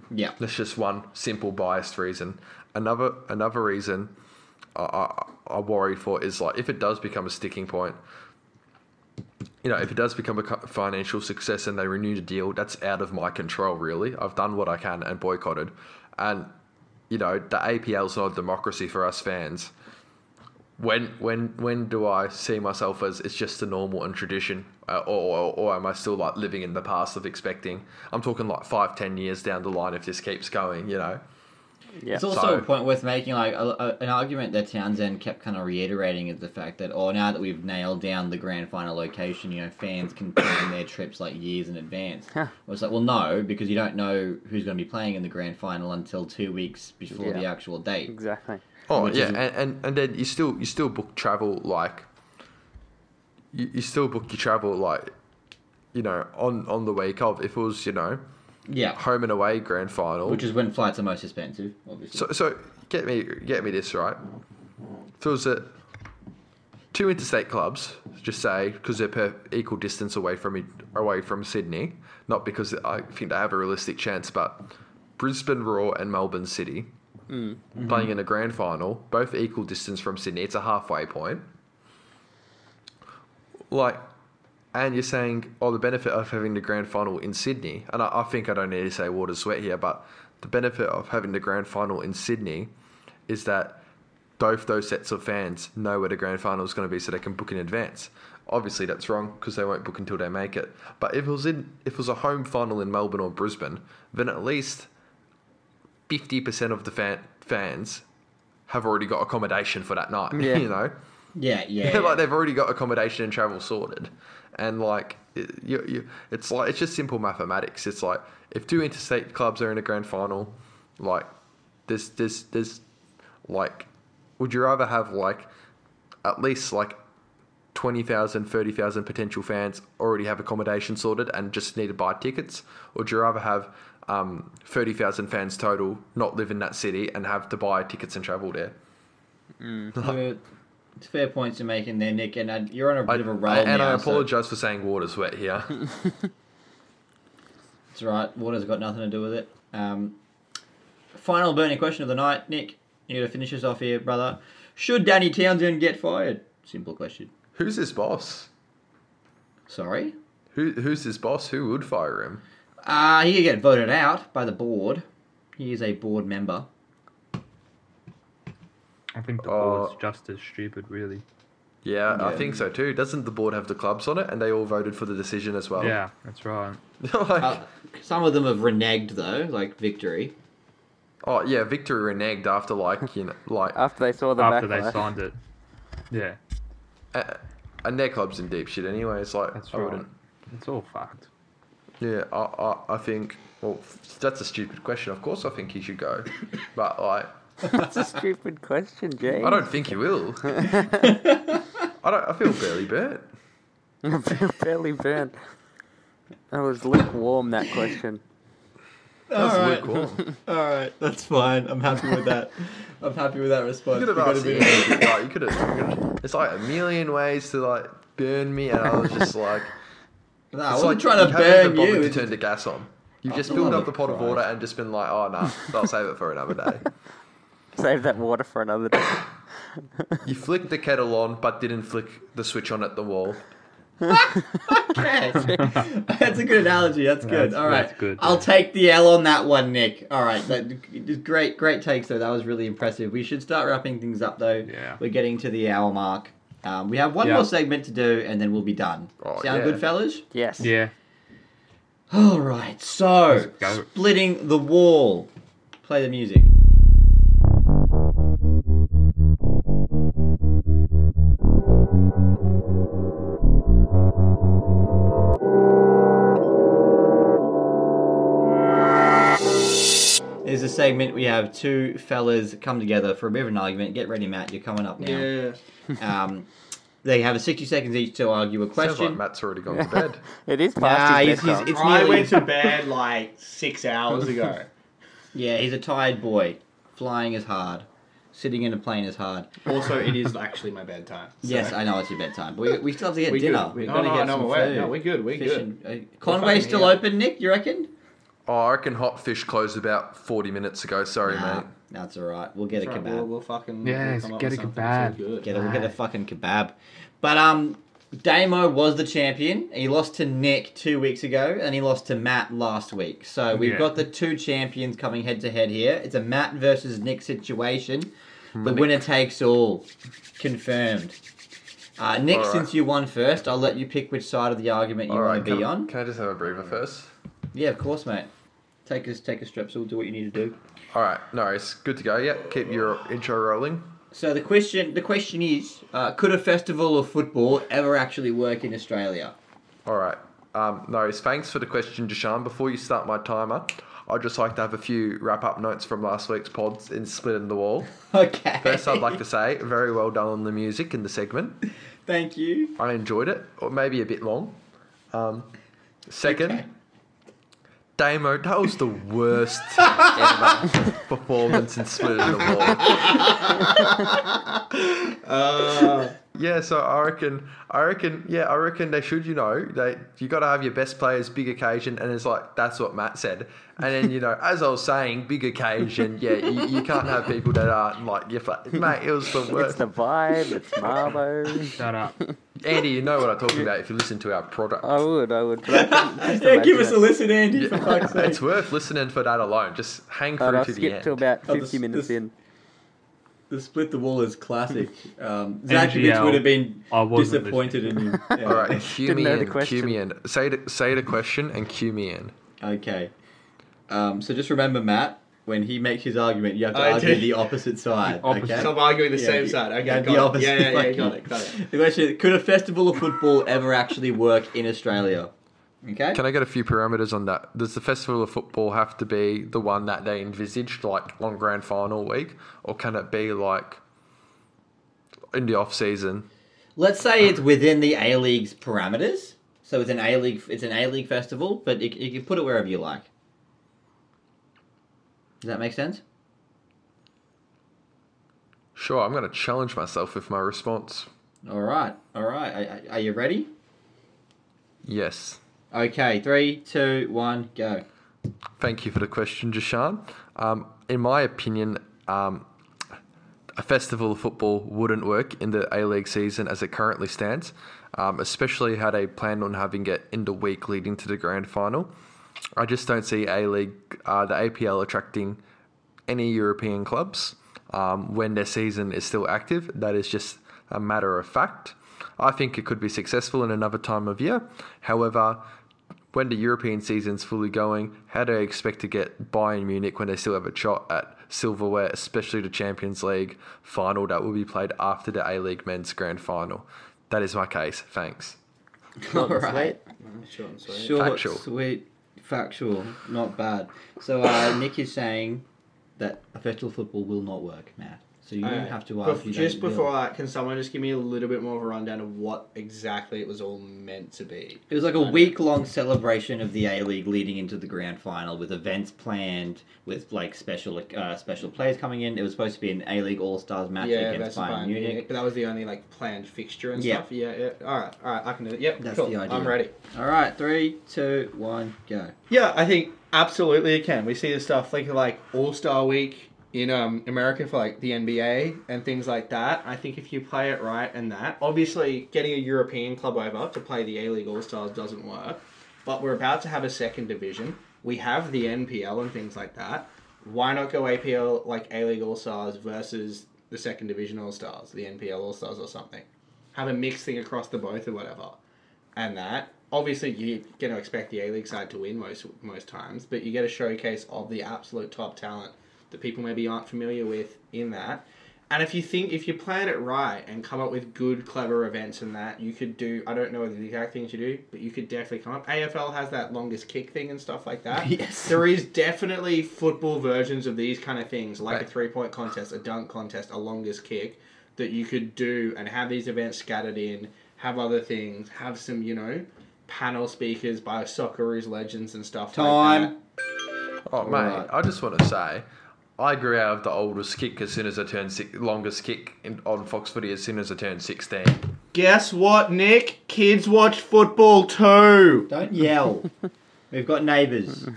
Speaker 8: Yeah.
Speaker 4: That's just one simple biased reason. Another another reason I, I, I worry for is like if it does become a sticking point, you know, if it does become a co- financial success and they renew the deal, that's out of my control. Really, I've done what I can and boycotted, and you know, the APL's not a democracy for us fans. When when when do I see myself as it's just a normal and tradition, uh, or, or or am I still like living in the past of expecting? I'm talking like five ten years down the line if this keeps going, you know.
Speaker 2: Yeah.
Speaker 8: It's also
Speaker 4: So-
Speaker 8: a point worth making, like a, a, an argument that Townsend kept kind of reiterating is the fact that, oh, now that we've nailed down the grand final location, you know, fans can plan their trips like years in advance.
Speaker 2: Huh.
Speaker 8: Well, it's like, well, no, because you don't know who's going to be playing in the grand final until two weeks before the
Speaker 2: Yeah.
Speaker 8: actual date.
Speaker 2: exactly.
Speaker 4: Oh
Speaker 8: which
Speaker 4: yeah,
Speaker 8: is-
Speaker 4: and, and and then you still you still book travel like you, you still book your travel like you know on on the week of if it was you know
Speaker 8: Yeah,
Speaker 4: home and away grand final.
Speaker 8: which is when flights are most expensive, obviously.
Speaker 4: so so get me get me this right. If it was a two interstate clubs, just say because they're per equal distance away from e- away from Sydney, not because I think they have a realistic chance, but Brisbane Roar and Melbourne City playing in a grand final, both equal distance from Sydney. It's a halfway point. Like, and you're saying, oh, the benefit of having the grand final in Sydney, and I, I think I don't need to say water sweat here, but the benefit of having the grand final in Sydney is that both those sets of fans know where the grand final is going to be so they can book in advance. Obviously, that's wrong because they won't book until they make it. But if it was in, if it was a home final in Melbourne or Brisbane, then at least fifty percent of the fan, fans have already got accommodation for that night.
Speaker 2: Yeah.
Speaker 4: you know,
Speaker 8: yeah, yeah. yeah.
Speaker 4: like they've already got accommodation and travel sorted, and like it, you, you, it's like it's just simple mathematics. It's like if two interstate clubs are in a grand final, like there's there's there's like Would you rather have like at least like 20,000, 30,000 potential fans already have accommodation sorted and just need to buy tickets? Or do you rather have um, 30,000 fans total not live in that city and have to buy tickets and travel there?
Speaker 1: Uh, It's fair points you're making there, Nick,
Speaker 8: uh,
Speaker 1: and I, you're on a bit
Speaker 4: I,
Speaker 1: of a roll
Speaker 4: and
Speaker 1: now.
Speaker 4: I
Speaker 1: so
Speaker 4: apologize for saying water's wet here.
Speaker 1: it's right. Water's got nothing to do with it. Um, final burning question of the night, Nick. You got to finish us off here, brother. Should Danny Townsend get fired? Simple question.
Speaker 4: who's his boss?
Speaker 1: Sorry.
Speaker 4: Who, who's his boss? Who would fire him?
Speaker 1: Uh, he could get voted out by the board. He is a board member.
Speaker 3: I think the
Speaker 4: Uh,
Speaker 3: board's just as stupid, really.
Speaker 4: Yeah, I
Speaker 1: Yeah.
Speaker 4: think so too. Doesn't the board have the clubs on it and they all voted for the decision as well?
Speaker 3: Yeah, that's right.
Speaker 4: like,
Speaker 1: Uh, some of them have reneged though, like Victory.
Speaker 4: oh yeah, Victory reneged after like you know like
Speaker 3: Uh,
Speaker 2: After they saw the
Speaker 3: After
Speaker 2: backlash.
Speaker 3: they signed it. Yeah,
Speaker 4: uh, and their club's in deep shit anyway. It's like
Speaker 3: that's
Speaker 4: I
Speaker 3: right.
Speaker 4: wouldn't.
Speaker 3: It's all fucked.
Speaker 4: Yeah, I, I I think well that's a stupid question. Of course, I think he should go, but like
Speaker 2: That's a stupid question, James.
Speaker 4: I don't think he will. I don't. I feel barely burnt.
Speaker 2: I feel fairly burnt. I was lukewarm that question.
Speaker 4: That's
Speaker 1: All right.
Speaker 4: lukewarm.
Speaker 1: All right, that's fine. I'm happy with that. I'm happy with that response.
Speaker 4: You could have
Speaker 1: We've got
Speaker 4: asked
Speaker 1: a
Speaker 4: me.
Speaker 1: bit of-
Speaker 4: Like, you could have. It's like a million ways to like burn me, and I was just like.
Speaker 1: No, I
Speaker 4: It's
Speaker 1: wasn't
Speaker 4: like
Speaker 1: trying to
Speaker 4: haven't
Speaker 1: burn
Speaker 4: even bothered
Speaker 1: you.
Speaker 4: To turn the gas on. You've
Speaker 1: Oh,
Speaker 4: just
Speaker 1: for
Speaker 4: filled
Speaker 1: love
Speaker 4: up the
Speaker 1: of
Speaker 4: pot of
Speaker 1: Christ.
Speaker 4: water and just been like, oh no, I'll save it for another day.
Speaker 2: Save that water for another day.
Speaker 4: You flicked the kettle on, but didn't flick the switch on at the wall.
Speaker 1: Yes. that's a good analogy. That's good.
Speaker 3: That's-
Speaker 1: All right,
Speaker 3: that's good,
Speaker 1: I'll
Speaker 3: yeah.
Speaker 1: take the L on that one, Nick. All right, that, great, great takes though. That was really impressive. We should start wrapping things up though.
Speaker 3: Yeah.
Speaker 1: we're getting to the hour mark. Um, we have one
Speaker 3: Yeah.
Speaker 1: more segment to do, and then we'll be done.
Speaker 4: Oh,
Speaker 1: Sound
Speaker 4: yeah.
Speaker 1: good, fellas?
Speaker 2: Yes.
Speaker 3: Yeah,
Speaker 1: All right, so
Speaker 3: go.
Speaker 1: splitting the wall. Play the music. There's a segment we have two fellas come together for a bit of an argument. Get ready, Matt. You're coming up now.
Speaker 5: Yeah.
Speaker 1: Um, they have 60 seconds each to argue a
Speaker 4: Sounds like
Speaker 1: question.
Speaker 4: Matt's already gone to bed.
Speaker 2: It is past
Speaker 1: Nah,
Speaker 2: his
Speaker 1: he's, he's,
Speaker 2: bedtime.
Speaker 1: it's
Speaker 5: I
Speaker 1: nearly-
Speaker 5: went to bed like six hours ago.
Speaker 1: Yeah, he's a tired boy. Flying is hard. Sitting in a plane is hard.
Speaker 5: Also, it is actually my bedtime. so-
Speaker 1: Yes, I know it's your bedtime, but we, we still have to get
Speaker 5: We
Speaker 1: dinner.
Speaker 5: good.
Speaker 1: We've
Speaker 5: no,
Speaker 1: got to
Speaker 5: no,
Speaker 1: get
Speaker 5: no,
Speaker 1: some
Speaker 5: we're wet.
Speaker 1: food.
Speaker 5: No, we're good. We're
Speaker 1: Fish
Speaker 5: good.
Speaker 1: and- uh, Conway's
Speaker 5: fucking
Speaker 1: still
Speaker 5: here.
Speaker 1: open, Nick. You reckon?
Speaker 4: oh, I reckon Hot Fish closed about 40 minutes ago. Sorry,
Speaker 1: Nah,
Speaker 4: mate.
Speaker 1: that's all right. We'll get a
Speaker 5: That's right,
Speaker 1: kebab.
Speaker 5: We'll, we'll fucking
Speaker 3: Yes,
Speaker 5: we'll come up
Speaker 3: get
Speaker 5: with
Speaker 3: a
Speaker 5: something
Speaker 3: kebab.
Speaker 5: so good.
Speaker 1: Get a, we'll get a fucking kebab. But um, Damo was the champion. He lost to Nick two weeks ago, and he lost to Matt last week. So we've
Speaker 3: Yeah.
Speaker 1: got the two champions coming head to head here. It's a Matt versus Nick situation. The winner takes all. Confirmed. Uh, Nick,
Speaker 4: All right.
Speaker 1: since you won first, I'll let you pick which side of the argument you
Speaker 4: All
Speaker 1: want
Speaker 4: right,
Speaker 1: to
Speaker 4: can,
Speaker 1: be on.
Speaker 4: can I just have a breather first?
Speaker 1: Yeah, of course, mate. Take a take a strepsil. Do what you need to do.
Speaker 4: All right, no, it's good to go. Yeah, keep your intro rolling.
Speaker 1: So the question the question is, uh, could a festival of football ever actually work in Australia?
Speaker 4: All right. Um, no, thanks for the question, Deshaun. Before you start my timer, I'd just like to have a few wrap up notes from last week's pods in Split in the Wall.
Speaker 1: Okay.
Speaker 4: First, I'd like to say, very well done on the music and the segment.
Speaker 1: Thank you.
Speaker 4: I enjoyed it, or maybe a bit long. Um, second,
Speaker 1: Okay.
Speaker 4: Damo, that was the worst ever performance in Split in the Wall.
Speaker 5: Uh,
Speaker 4: Yeah, so I reckon, I reckon, yeah, I reckon they should. You know, they you got to have your best players, big occasion, and it's like that's what Matt said. And then you know, as I was saying, big occasion. Yeah, you, you can't have people that aren't like your fa- mate. It was the
Speaker 2: It's
Speaker 4: worst.
Speaker 2: the vibe, it's Marbo.
Speaker 3: Shut up.
Speaker 4: Andy, you know what I'm talking about if you listen to our product.
Speaker 2: I would, I would. But I couldn't- just
Speaker 1: Yeah, give
Speaker 2: imagine
Speaker 1: us a
Speaker 2: it.
Speaker 1: listen, Andy, for fuck's sake.
Speaker 4: it's worth listening for that alone. Just
Speaker 2: Alright,
Speaker 4: hang through
Speaker 2: I'll
Speaker 4: to the
Speaker 2: skip
Speaker 4: end.
Speaker 2: to about
Speaker 1: Oh,
Speaker 2: 50
Speaker 1: this-
Speaker 2: minutes
Speaker 1: this-
Speaker 2: in.
Speaker 1: The split the wall is classic. Um,
Speaker 3: NGL.
Speaker 1: Zakovic would have been
Speaker 3: I wasn't
Speaker 1: disappointed in you. Yeah.
Speaker 4: All right, cue
Speaker 2: Didn't
Speaker 4: me
Speaker 2: know the
Speaker 4: in. Cue
Speaker 2: question.
Speaker 4: me in. Say the, say the question and cue me in.
Speaker 1: Okay. Um, so just remember, Matt, when he makes his argument, you have to
Speaker 5: I
Speaker 1: argue
Speaker 5: did.
Speaker 1: the opposite side.
Speaker 3: opposite.
Speaker 1: Okay?
Speaker 5: so I'm arguing the
Speaker 1: Yeah,
Speaker 5: same
Speaker 1: you-
Speaker 5: side. Okay,
Speaker 1: yeah,
Speaker 5: got
Speaker 1: the
Speaker 5: it.
Speaker 1: opposite
Speaker 5: Yeah, yeah, yeah,
Speaker 1: fucking-
Speaker 5: got it, got it.
Speaker 1: The question is, could a festival of football ever actually work in Australia? Okay.
Speaker 4: Can I get a few parameters on that? Does the Festival of Football have to be the one that they envisaged, like on Grand Final week, or can it be like in the off season.
Speaker 1: Let's say it's within the A League's parameters. So it's an A League. It's an A League festival, but you, you can put it wherever you like. Does that make sense?
Speaker 4: Sure, I'm going to challenge myself with my response.
Speaker 1: All right, all right. Are, are- are you ready?
Speaker 4: Yes.
Speaker 1: Okay, three, two, one, go.
Speaker 4: Thank you for the question, Jashan. Um, in my opinion, um, a festival of football wouldn't work in the A League season as it currently stands, um, especially had they planned on having it in the week leading to the grand final. I just don't see A League, uh, the APL, attracting any European clubs um, when their season is still active. That is just a matter of fact. I think it could be successful in another time of year. However, when the European season's fully going, how do I expect to get Bayern Munich when they still have a shot at silverware, especially the Champions League final that will be played after the A League men's grand final? That is my case. Thanks.
Speaker 1: All right.
Speaker 5: Short and sweet.
Speaker 1: Short,
Speaker 4: Factual.
Speaker 1: sweet, factual. Not bad. So uh, Nick is saying that a festival football will not work, Matt. So you
Speaker 5: Alright.
Speaker 1: have to ask.
Speaker 5: Bef-
Speaker 1: you don't-
Speaker 5: just
Speaker 1: will.
Speaker 5: before that, can someone just give me a little bit more of a rundown of what exactly it was all meant to be?
Speaker 1: It was like a week long celebration of the A League leading into the grand final with events planned with like special uh, special players coming in. It was supposed to be an A League All Stars match
Speaker 5: yeah, that's
Speaker 1: against Bayern
Speaker 5: fine.
Speaker 1: Munich.
Speaker 5: But that was the only like planned fixture and
Speaker 1: Yeah.
Speaker 5: stuff. Yeah, yeah. All right, all right. I can do it. Yep,
Speaker 1: That's
Speaker 5: cool.
Speaker 1: the idea.
Speaker 5: I'm ready.
Speaker 1: All right, three, two, one, go.
Speaker 5: Yeah, I think absolutely it can. We see this stuff like like All Star Week in um, America for like the NBA and things like that. I think if you play it right and that, obviously getting a European club over to play the A League All Stars doesn't work. But we're about to have a second division. We have the NPL and things like that. Why not go APL like A League All Stars versus the second division All Stars, the NPL All Stars or something? Have a mixed thing across the both or whatever and that. Obviously, you're going to expect the A League side to win most most times, but you get a showcase of the absolute top talent that people maybe aren't familiar with in that. And if you think if you plan it right and come up with good, clever events and that, you could do. I don't know the exact things you do, but you could definitely come up. AFL has that longest kick thing and stuff like that.
Speaker 1: Yes.
Speaker 5: There is definitely football versions of these kind of things, like
Speaker 4: Right.
Speaker 5: a three point contest, a dunk contest, a longest kick, that you could do and have these events scattered in, have other things, have some, you know, panel speakers by Socceroos legends and stuff
Speaker 1: Time.
Speaker 5: like that.
Speaker 4: Oh, mate,
Speaker 1: Right.
Speaker 4: I just want to say, I grew out of the oldest kick as soon as I turned six, longest kick in, on Fox Footy as soon as I turned 16.
Speaker 5: Guess what, Nick? Kids watch football too.
Speaker 1: Don't yell. We've got neighbours.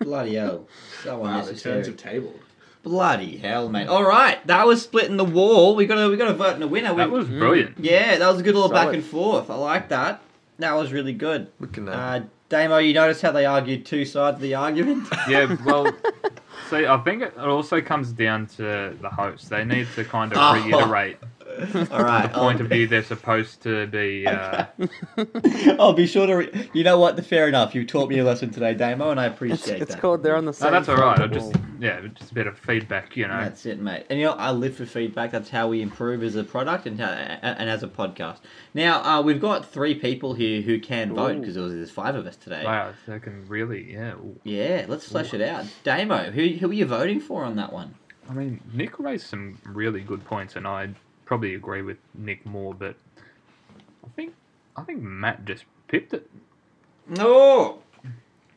Speaker 1: Bloody hell. So
Speaker 5: Wow, the
Speaker 1: unnecessary.
Speaker 5: turns have tabled.
Speaker 1: Bloody hell, mate. All right, that was splitting the wall. We got to we got to vote in a winner.
Speaker 3: That
Speaker 1: We-
Speaker 3: was brilliant.
Speaker 1: yeah, that was a good little back
Speaker 2: Solid.
Speaker 1: and forth. I like that. That was really good.
Speaker 4: Looking at
Speaker 1: Uh, Damo, you notice how they argued two sides of the argument?
Speaker 3: Yeah, well, see, I think it also comes down to the host. They need to kind of
Speaker 1: Oh.
Speaker 3: reiterate
Speaker 1: All right. um,
Speaker 3: the point of view they're supposed to be. Uh,
Speaker 1: I'll, I'll be sure to. Re- you know what? Fair enough. You taught me a lesson today, Damo, and I
Speaker 2: It's,
Speaker 1: appreciate
Speaker 2: it's
Speaker 1: that.
Speaker 2: called They're on
Speaker 3: no,
Speaker 2: the Same
Speaker 3: that's all
Speaker 2: Side
Speaker 3: right.
Speaker 2: of
Speaker 3: I
Speaker 2: the
Speaker 3: just
Speaker 2: Wall.
Speaker 3: yeah, just a bit of feedback, you know.
Speaker 1: That's it, mate. And you know, I live for feedback. That's how we improve as a product and and as a podcast. Now uh, we've got three people here who can vote because there was there's five of us today.
Speaker 3: wow, they can really yeah. ooh.
Speaker 1: Yeah, let's flesh it out. Damo, who who are you voting for on that one?
Speaker 3: I mean, Nick raised some really good points, and I probably agree with Nick more, but I think I think Matt just pipped it.
Speaker 1: No.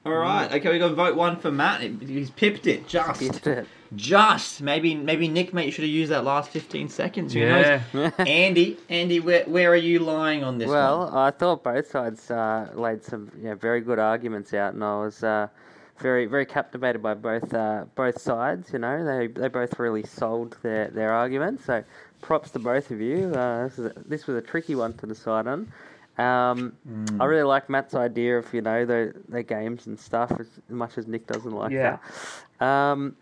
Speaker 1: All right. Okay, we got vote one for Matt. He's pipped it just.
Speaker 2: Skipped it.
Speaker 1: Just maybe, maybe Nick, mate, should have used that last fifteen seconds. Who
Speaker 3: Yeah,
Speaker 1: knows? Andy, Andy, where, where are you lying on this
Speaker 2: well,
Speaker 1: one?
Speaker 2: I thought both sides uh, laid some you know, very good arguments out, and I was uh, very very captivated by both uh, both sides. You know, they they both really sold their their arguments. So, props to both of you. Uh, this, is a, this was a tricky one to decide on. Um,
Speaker 1: Mm.
Speaker 2: I really like Matt's idea of you know the the games and stuff as much as Nick doesn't like
Speaker 3: Yeah.
Speaker 2: that. Um,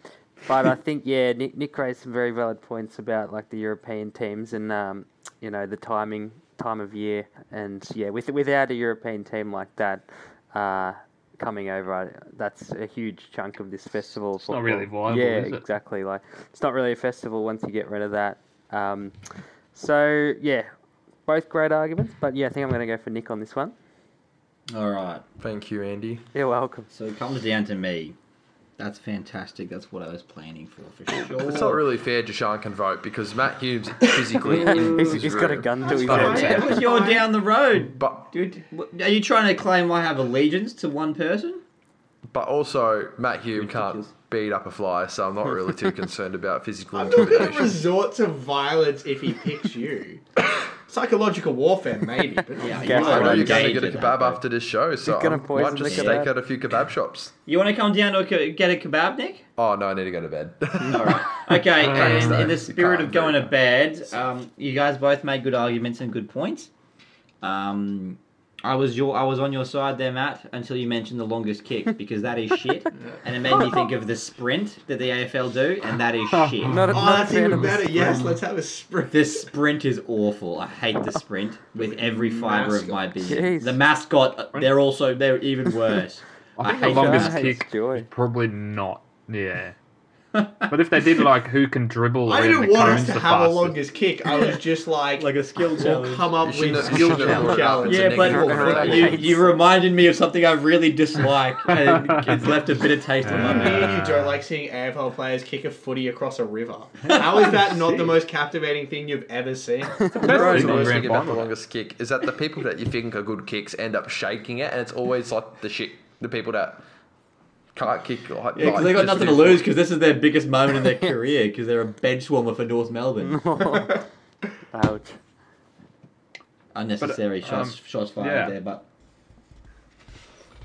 Speaker 2: but I think yeah, Nick, Nick raised some very valid points about like the European teams and um, you know the timing, time of year, and yeah, with without a European team like that uh, coming over, I- that's a huge chunk of this festival.
Speaker 3: It's not really
Speaker 2: football.
Speaker 3: viable,
Speaker 2: Yeah,
Speaker 3: is it?
Speaker 2: exactly. Like it's not really a festival once you get rid of that. Um, so yeah, both great arguments, but yeah, I think I'm going to go for Nick on this one.
Speaker 1: All right.
Speaker 4: Thank you, Andy.
Speaker 2: You're welcome.
Speaker 1: So it comes down to me. That's fantastic. That's what I was planning for, for sure.
Speaker 4: It's not really fair Deshaun can vote because Matt Humes physically. in
Speaker 2: he's,
Speaker 4: his
Speaker 2: he's got a
Speaker 4: room.
Speaker 2: gun to his
Speaker 4: fine.
Speaker 2: head.
Speaker 1: Yeah, but you're down the road,
Speaker 4: But
Speaker 1: dude. wh- Are you trying to claim I have allegiance to one person?
Speaker 4: but also Matt Hume can't
Speaker 1: Ridiculous.
Speaker 4: beat up a fly, so I'm not really too concerned about physical
Speaker 5: I'm not going to
Speaker 4: intimidation.
Speaker 5: resort to violence if he picks you. Psychological warfare, maybe. But
Speaker 1: Yeah,
Speaker 5: yeah,
Speaker 1: you
Speaker 4: I know
Speaker 1: are
Speaker 4: you're going to
Speaker 1: engaged
Speaker 4: get a
Speaker 1: in
Speaker 4: kebab
Speaker 1: that, bro.
Speaker 4: after this show, so
Speaker 2: He's gonna
Speaker 4: I might
Speaker 2: poison
Speaker 4: just
Speaker 2: the
Speaker 4: stake
Speaker 2: kebab.
Speaker 4: out a few kebab shops.
Speaker 1: You want to come down to a ke- get a kebab, Nick?
Speaker 4: Oh no, I need to go to bed.
Speaker 1: All right. Okay, and
Speaker 4: so.
Speaker 1: in the
Speaker 4: You
Speaker 1: spirit
Speaker 4: can't
Speaker 1: of going
Speaker 4: do
Speaker 1: to bed, um, you guys both made good arguments and good points. Um, I was your, I was on your side there, Matt, until you mentioned the longest kick because that is shit, and it made me think of the sprint that the AFL do, and that is shit.
Speaker 2: Not, a-
Speaker 5: Oh,
Speaker 2: not a
Speaker 5: that's
Speaker 2: fan
Speaker 5: even
Speaker 2: of this.
Speaker 5: better. Yes, let's have a sprint.
Speaker 1: The sprint is awful. I hate the sprint with every fiber of my being.
Speaker 2: Jeez.
Speaker 1: The mascot, they're also they're even worse. I
Speaker 3: I think the
Speaker 1: hate
Speaker 3: longest
Speaker 2: that.
Speaker 3: kick
Speaker 2: Joy.
Speaker 3: is probably not. Yeah. but if they did like who can dribble
Speaker 5: I
Speaker 3: around
Speaker 5: didn't
Speaker 3: the
Speaker 5: want us
Speaker 3: cones
Speaker 5: to
Speaker 3: the
Speaker 5: have a
Speaker 3: fastest.
Speaker 5: longest kick. I was just like,
Speaker 1: a skill
Speaker 5: we'll come
Speaker 4: You
Speaker 5: up
Speaker 4: shouldn't
Speaker 5: with
Speaker 4: have- you
Speaker 5: skill
Speaker 4: shouldn't have brought it up.
Speaker 5: challenge.
Speaker 4: It's a
Speaker 1: Yeah, but you,
Speaker 4: negative connotation.
Speaker 1: you reminded me of something I really dislike, and it's left a bitter taste in my
Speaker 5: Me
Speaker 1: mouth.
Speaker 5: and you don't like seeing AFL players kick a footy across a river. How is that not the most captivating thing you've ever seen?
Speaker 4: You know what's the
Speaker 3: Grand
Speaker 4: worst thing about the
Speaker 3: final.
Speaker 4: longest kick is that the people that you think are good kicks end up shaking it, and it's always like the shit, the people that can't kick. Like,
Speaker 1: Yeah, because
Speaker 4: like,
Speaker 1: they got
Speaker 4: just
Speaker 1: nothing to
Speaker 4: do-
Speaker 1: lose because this is their biggest moment in their career because they're a bench warmer for North Melbourne.
Speaker 3: um,
Speaker 2: Ouch.
Speaker 1: Unnecessary
Speaker 3: But,
Speaker 1: shots,
Speaker 3: um,
Speaker 1: shots fired
Speaker 3: yeah.
Speaker 1: there, but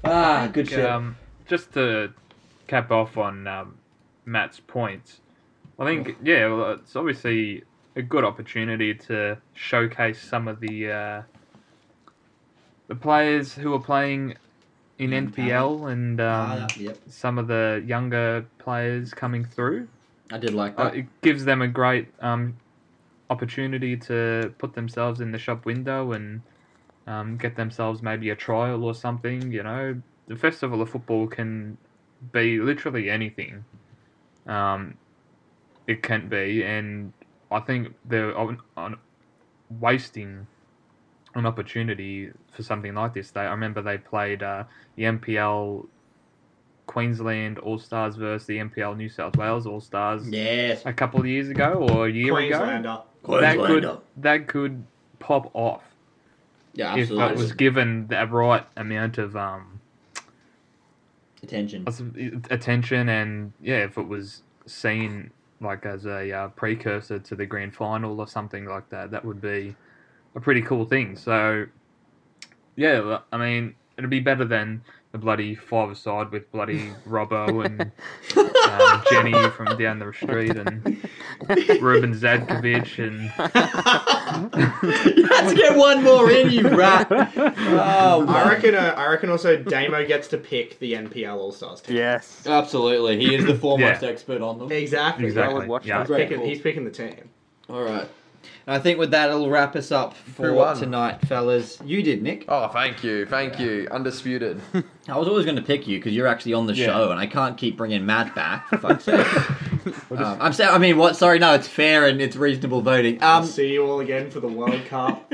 Speaker 1: ah, good shit.
Speaker 3: Um, just to cap off on um, Matt's points, I think yeah, well, it's obviously a good opportunity to showcase some of the uh, the players who are playing in
Speaker 1: Young
Speaker 3: NPL and
Speaker 1: Ah,
Speaker 3: um,
Speaker 1: yep,
Speaker 3: some of the younger players coming through.
Speaker 1: I did like
Speaker 3: Uh,
Speaker 1: that.
Speaker 3: it gives them a great um, opportunity to put themselves in the shop window and um, get themselves maybe a trial or something. You know, the festival of football can be literally anything. Um, it can be, and I think they're on, on wasting an opportunity for something like this. They, I remember they played uh, the MPL. Queensland All Stars versus the MPL New South Wales All Stars
Speaker 1: yes,
Speaker 3: a couple of years ago or a year ago.
Speaker 5: Queenslander.
Speaker 3: That
Speaker 1: Queenslander.
Speaker 3: could that could pop off
Speaker 1: yeah,
Speaker 3: if that was
Speaker 1: absolutely.
Speaker 3: given the right amount of um
Speaker 1: Attention.
Speaker 3: attention and yeah, if it was seen like as a uh, precursor to the grand final or something like that, that would be a pretty cool thing. So yeah, I mean, it'd be better than the bloody five-a-side with bloody Robbo and um, Jenny from down the street and Ruben Zadkovich and
Speaker 1: Let's get one more in, you rat. Oh,
Speaker 5: I
Speaker 1: wow.
Speaker 5: reckon. Uh, I reckon. Also, Damo gets to pick the NPL All Stars team.
Speaker 2: Yes.
Speaker 1: absolutely. He is the foremost
Speaker 3: Yeah.
Speaker 1: expert on them.
Speaker 5: Exactly.
Speaker 3: exactly.
Speaker 2: watch
Speaker 3: yeah.
Speaker 2: that.
Speaker 5: He's
Speaker 1: Great
Speaker 5: picking,
Speaker 1: call.
Speaker 5: he's picking the team.
Speaker 1: All right. And I think with that, it'll wrap us up
Speaker 4: Who
Speaker 1: for
Speaker 4: won?
Speaker 1: tonight, fellas. You did, Nick.
Speaker 4: Oh, thank you, thank you, undisputed.
Speaker 1: I was always going to pick you because you're actually on the
Speaker 3: Yeah.
Speaker 1: show, and I can't keep bringing Matt back. For fuck's sake. um, I'm saying, I mean, what? Sorry, no, it's fair and it's reasonable voting. Um,
Speaker 5: See you all again for the World Cup.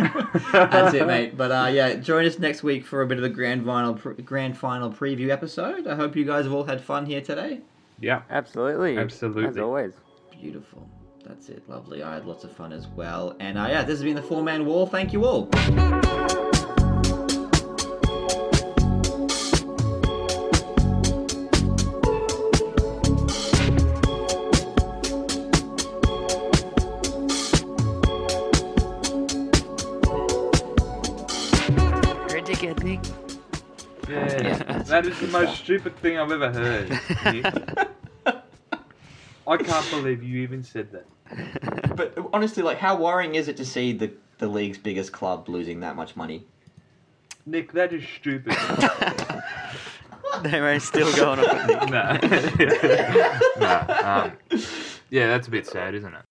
Speaker 1: that's it, mate. But uh, yeah, join us next week for a bit of a grand final, pre- grand final preview episode. I hope you guys have all had fun here today.
Speaker 3: yeah.
Speaker 2: Absolutely. As
Speaker 3: Absolutely.
Speaker 2: always.
Speaker 1: Beautiful. That's it. Lovely. I had lots of fun as well. And uh, yeah, this has been the Four Man Wall. Thank you all.
Speaker 3: Yeah, that is the most stupid thing I've ever heard. Nick. I can't believe you even said that.
Speaker 1: But honestly, like, how worrying is it to see the the league's biggest club losing that much money?
Speaker 3: Nick, that is stupid.
Speaker 9: They may still going off at me.
Speaker 3: nah. nah. Um, yeah, that's a bit sad, isn't it?